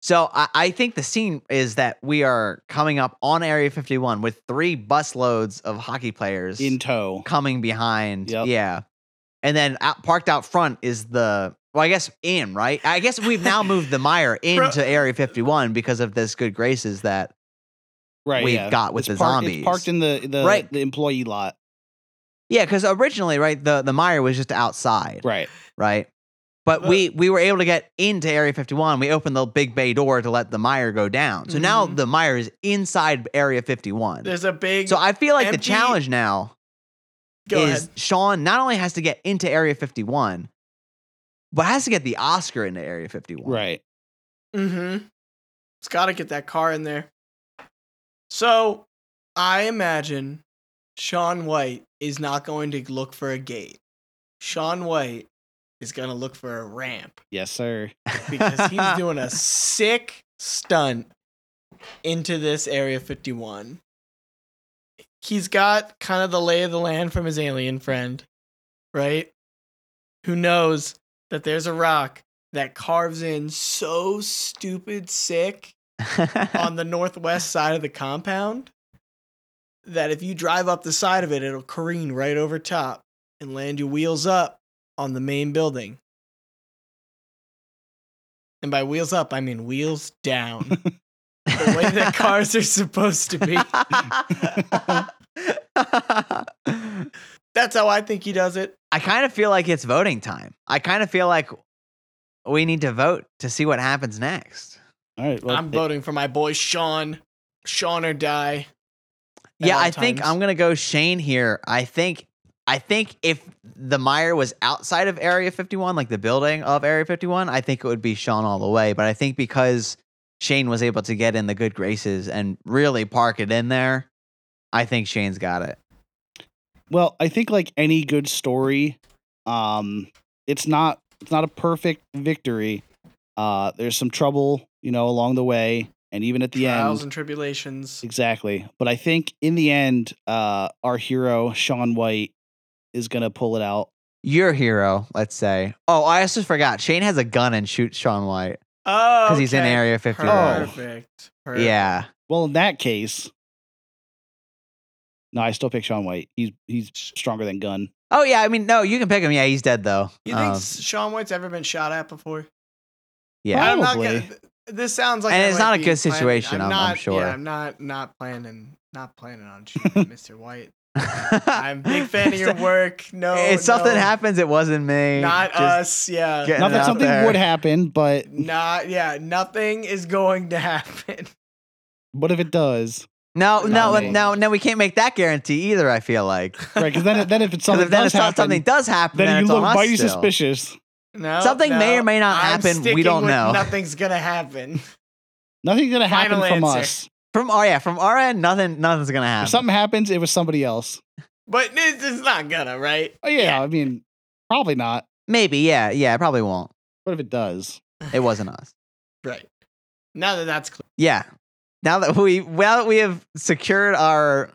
Speaker 2: So I, I think the scene is that we are coming up on Area 51 with three busloads of hockey players
Speaker 3: In tow.
Speaker 2: coming behind.
Speaker 3: Yep.
Speaker 2: Yeah. And then out, parked out front is the Well, I guess in, right? I guess we've now moved the mire
Speaker 1: Bro-
Speaker 2: into Area 51 because of this good graces that
Speaker 3: Right.
Speaker 2: we've
Speaker 3: yeah.
Speaker 2: got with
Speaker 3: It's
Speaker 2: the
Speaker 3: parked-
Speaker 2: zombies.
Speaker 3: It's parked in the the,
Speaker 2: Right.
Speaker 3: the employee lot.
Speaker 2: yeah, because originally, right, the the mire was just outside,
Speaker 3: Right.
Speaker 2: right? But
Speaker 1: Well-
Speaker 2: we we were able to get into Area 51. We opened the big bay door to let the mire go down. So now
Speaker 1: Mhm.
Speaker 2: the mire is inside Area 51.
Speaker 1: There's a big.
Speaker 2: So I feel like the
Speaker 1: empty-
Speaker 2: challenge now
Speaker 1: go
Speaker 2: is
Speaker 1: ahead.
Speaker 2: Sean not only has to get into Area 51, but has to get the Oscar into Area 51.
Speaker 3: Right.
Speaker 1: Mm-hmm. It's got to get that car in there. So I imagine Sean White is not going to look for a gate. Sean White is going to look for a ramp
Speaker 3: Yes, sir.
Speaker 1: because he's doing a sick stunt into this Area 51. He's got kind of the lay of the land from his alien friend, right? Who knows that there's a rock that carves in so stupid sick on the northwest side of the compound that if you drive up the side of it, it'll careen right over top and land your wheels up on the main building. And by wheels up, I mean wheels down. the way that cars are supposed to be. That's how I think he does it.
Speaker 2: I kind of feel like it's voting time. I kind of feel like we need to vote to see what happens next.
Speaker 3: All right. Well, eh,
Speaker 1: I'm
Speaker 3: it-
Speaker 1: voting for my boy Sean. Sean or die. at
Speaker 2: yeah,
Speaker 1: all
Speaker 2: I think
Speaker 1: times.
Speaker 2: I'm gonna go Shane here. I think I think if the mire was outside of Area 51, like the building of Area 51, I think it would be Sean all the way. But I think because Shane was able to get in the good graces and really park it in there, I think Shane's got it.
Speaker 3: Well, I think like any good story, um, it's not it's not a perfect victory. Uh, there's some trouble, you know, along the way, and even at the
Speaker 1: Trials
Speaker 3: end,
Speaker 1: and tribulations.
Speaker 3: exactly. But I think in the end, uh, our hero Sean White is gonna pull it out.
Speaker 2: Your hero, let's say. Oh, I also forgot. Shane has a gun and shoots Sean White
Speaker 1: Oh,
Speaker 2: because he's in
Speaker 1: okay.
Speaker 2: Area 51.
Speaker 3: Oh.
Speaker 1: Perfect. Perfect.
Speaker 2: Yeah.
Speaker 3: Well, in that case, no, I still pick Sean White. He's he's stronger than Gun.
Speaker 2: Oh yeah. I mean, no, you can pick him. Yeah, he's dead though.
Speaker 1: You think
Speaker 2: Um,
Speaker 1: Sean White's ever been shot at before?
Speaker 2: yeah.
Speaker 1: I'm not
Speaker 3: Probably.
Speaker 1: gonna- this sounds like
Speaker 2: And
Speaker 1: I
Speaker 2: it's
Speaker 1: might
Speaker 2: not a
Speaker 1: be
Speaker 2: good
Speaker 1: planning-
Speaker 2: situation, I'm- I'm
Speaker 1: not,
Speaker 2: sure.
Speaker 1: Yeah, I'm not not planning not planning on shooting Mr. White. I'm a big fan of your work. No,
Speaker 2: if something
Speaker 1: no,
Speaker 2: happens, it wasn't me.
Speaker 1: Not
Speaker 2: Just
Speaker 1: us. Yeah.
Speaker 2: getting
Speaker 3: Not
Speaker 2: it
Speaker 3: that
Speaker 2: out
Speaker 3: something
Speaker 2: there.
Speaker 3: would happen, but
Speaker 1: Not yeah. Nothing is going to happen.
Speaker 3: what if it does?
Speaker 2: No, no,
Speaker 3: Not
Speaker 2: no,
Speaker 3: me.
Speaker 2: no, We can't make that guarantee either. I feel like
Speaker 3: Right? Because then it- then if it's
Speaker 2: 'Cause
Speaker 3: something
Speaker 2: if then
Speaker 3: does
Speaker 2: if
Speaker 3: happen,
Speaker 2: something does happen,
Speaker 3: then, you
Speaker 2: it's
Speaker 3: look
Speaker 2: on us
Speaker 3: mighty
Speaker 2: still.
Speaker 3: suspicious.
Speaker 1: No,
Speaker 2: Something may
Speaker 1: no.
Speaker 2: or may not
Speaker 1: I'm
Speaker 2: happen. We
Speaker 1: sticking
Speaker 2: don't
Speaker 1: with
Speaker 2: know.
Speaker 1: Nothing's gonna happen.
Speaker 3: Nothing's gonna happen
Speaker 1: Final
Speaker 3: from
Speaker 1: answer.
Speaker 3: us.
Speaker 2: From our yeah, from our end, nothing, nothing's gonna happen.
Speaker 3: If something happens, it was somebody else.
Speaker 1: But it's, it's not gonna, right?
Speaker 3: Oh yeah, I mean, probably not.
Speaker 2: Maybe, yeah, yeah, it probably won't.
Speaker 3: What if it does?
Speaker 2: It wasn't us.
Speaker 1: Right. Now that that's clear,
Speaker 2: Yeah. Now that we well that we have secured our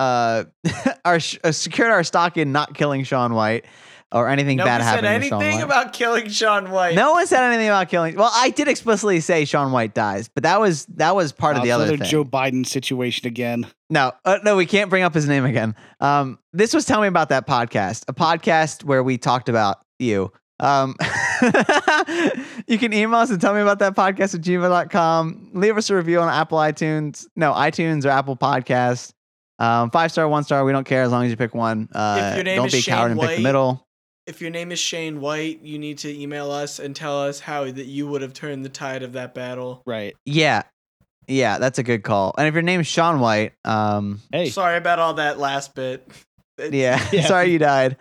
Speaker 2: uh our sh- uh, secured our stock in not killing Sean White or anything
Speaker 1: nobody
Speaker 2: bad
Speaker 1: said
Speaker 2: happening to Sean
Speaker 1: anything
Speaker 2: White.
Speaker 1: about killing Sean White.
Speaker 2: no one said anything about killing. Well, I did explicitly say Sean White dies, but that was that was part of
Speaker 3: Uh,
Speaker 2: the
Speaker 3: it's
Speaker 2: other
Speaker 3: another
Speaker 2: thing.
Speaker 3: Joe Biden situation again.
Speaker 2: No, uh, no, we can't bring up his name again. Um, this was tell me about that podcast, a podcast where we talked about you. Um, you can email us and tell me about that podcast at gmail.com. Leave us a review on Apple iTunes. No, iTunes or Apple Podcast. Um, five star, one star. We don't care as long as you pick one. Uh,
Speaker 1: If your name
Speaker 2: don't
Speaker 1: is
Speaker 2: be a coward
Speaker 1: Shane
Speaker 2: and pick the
Speaker 1: White-
Speaker 2: middle.
Speaker 1: If your name is Shane White, you need to email us and tell us how that you would have turned the tide of that battle.
Speaker 3: Right.
Speaker 2: Yeah. Yeah, that's a good call. And if your name is Sean White, um,
Speaker 3: Hey.
Speaker 1: Sorry about all that last bit. It-
Speaker 2: yeah,
Speaker 3: Yeah.
Speaker 2: sorry you died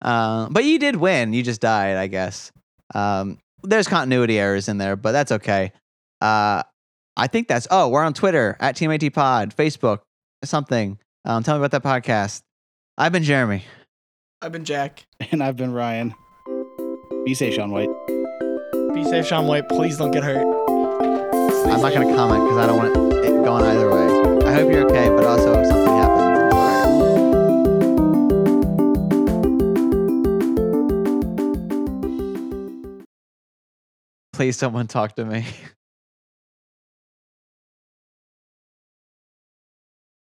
Speaker 2: um but you did win you just died i guess um there's continuity errors in there but that's okay uh i think that's oh we're on twitter at tmat pod facebook something um tell me about that podcast i've been jeremy
Speaker 1: I've been Jack.
Speaker 3: and I've been Ryan. Be safe, Sean White.
Speaker 1: Be safe, Sean White. Please don't get hurt.
Speaker 2: i'm not going to comment because i don't want it going either way i hope you're okay but also if something happens I'm sorry. please someone talk to me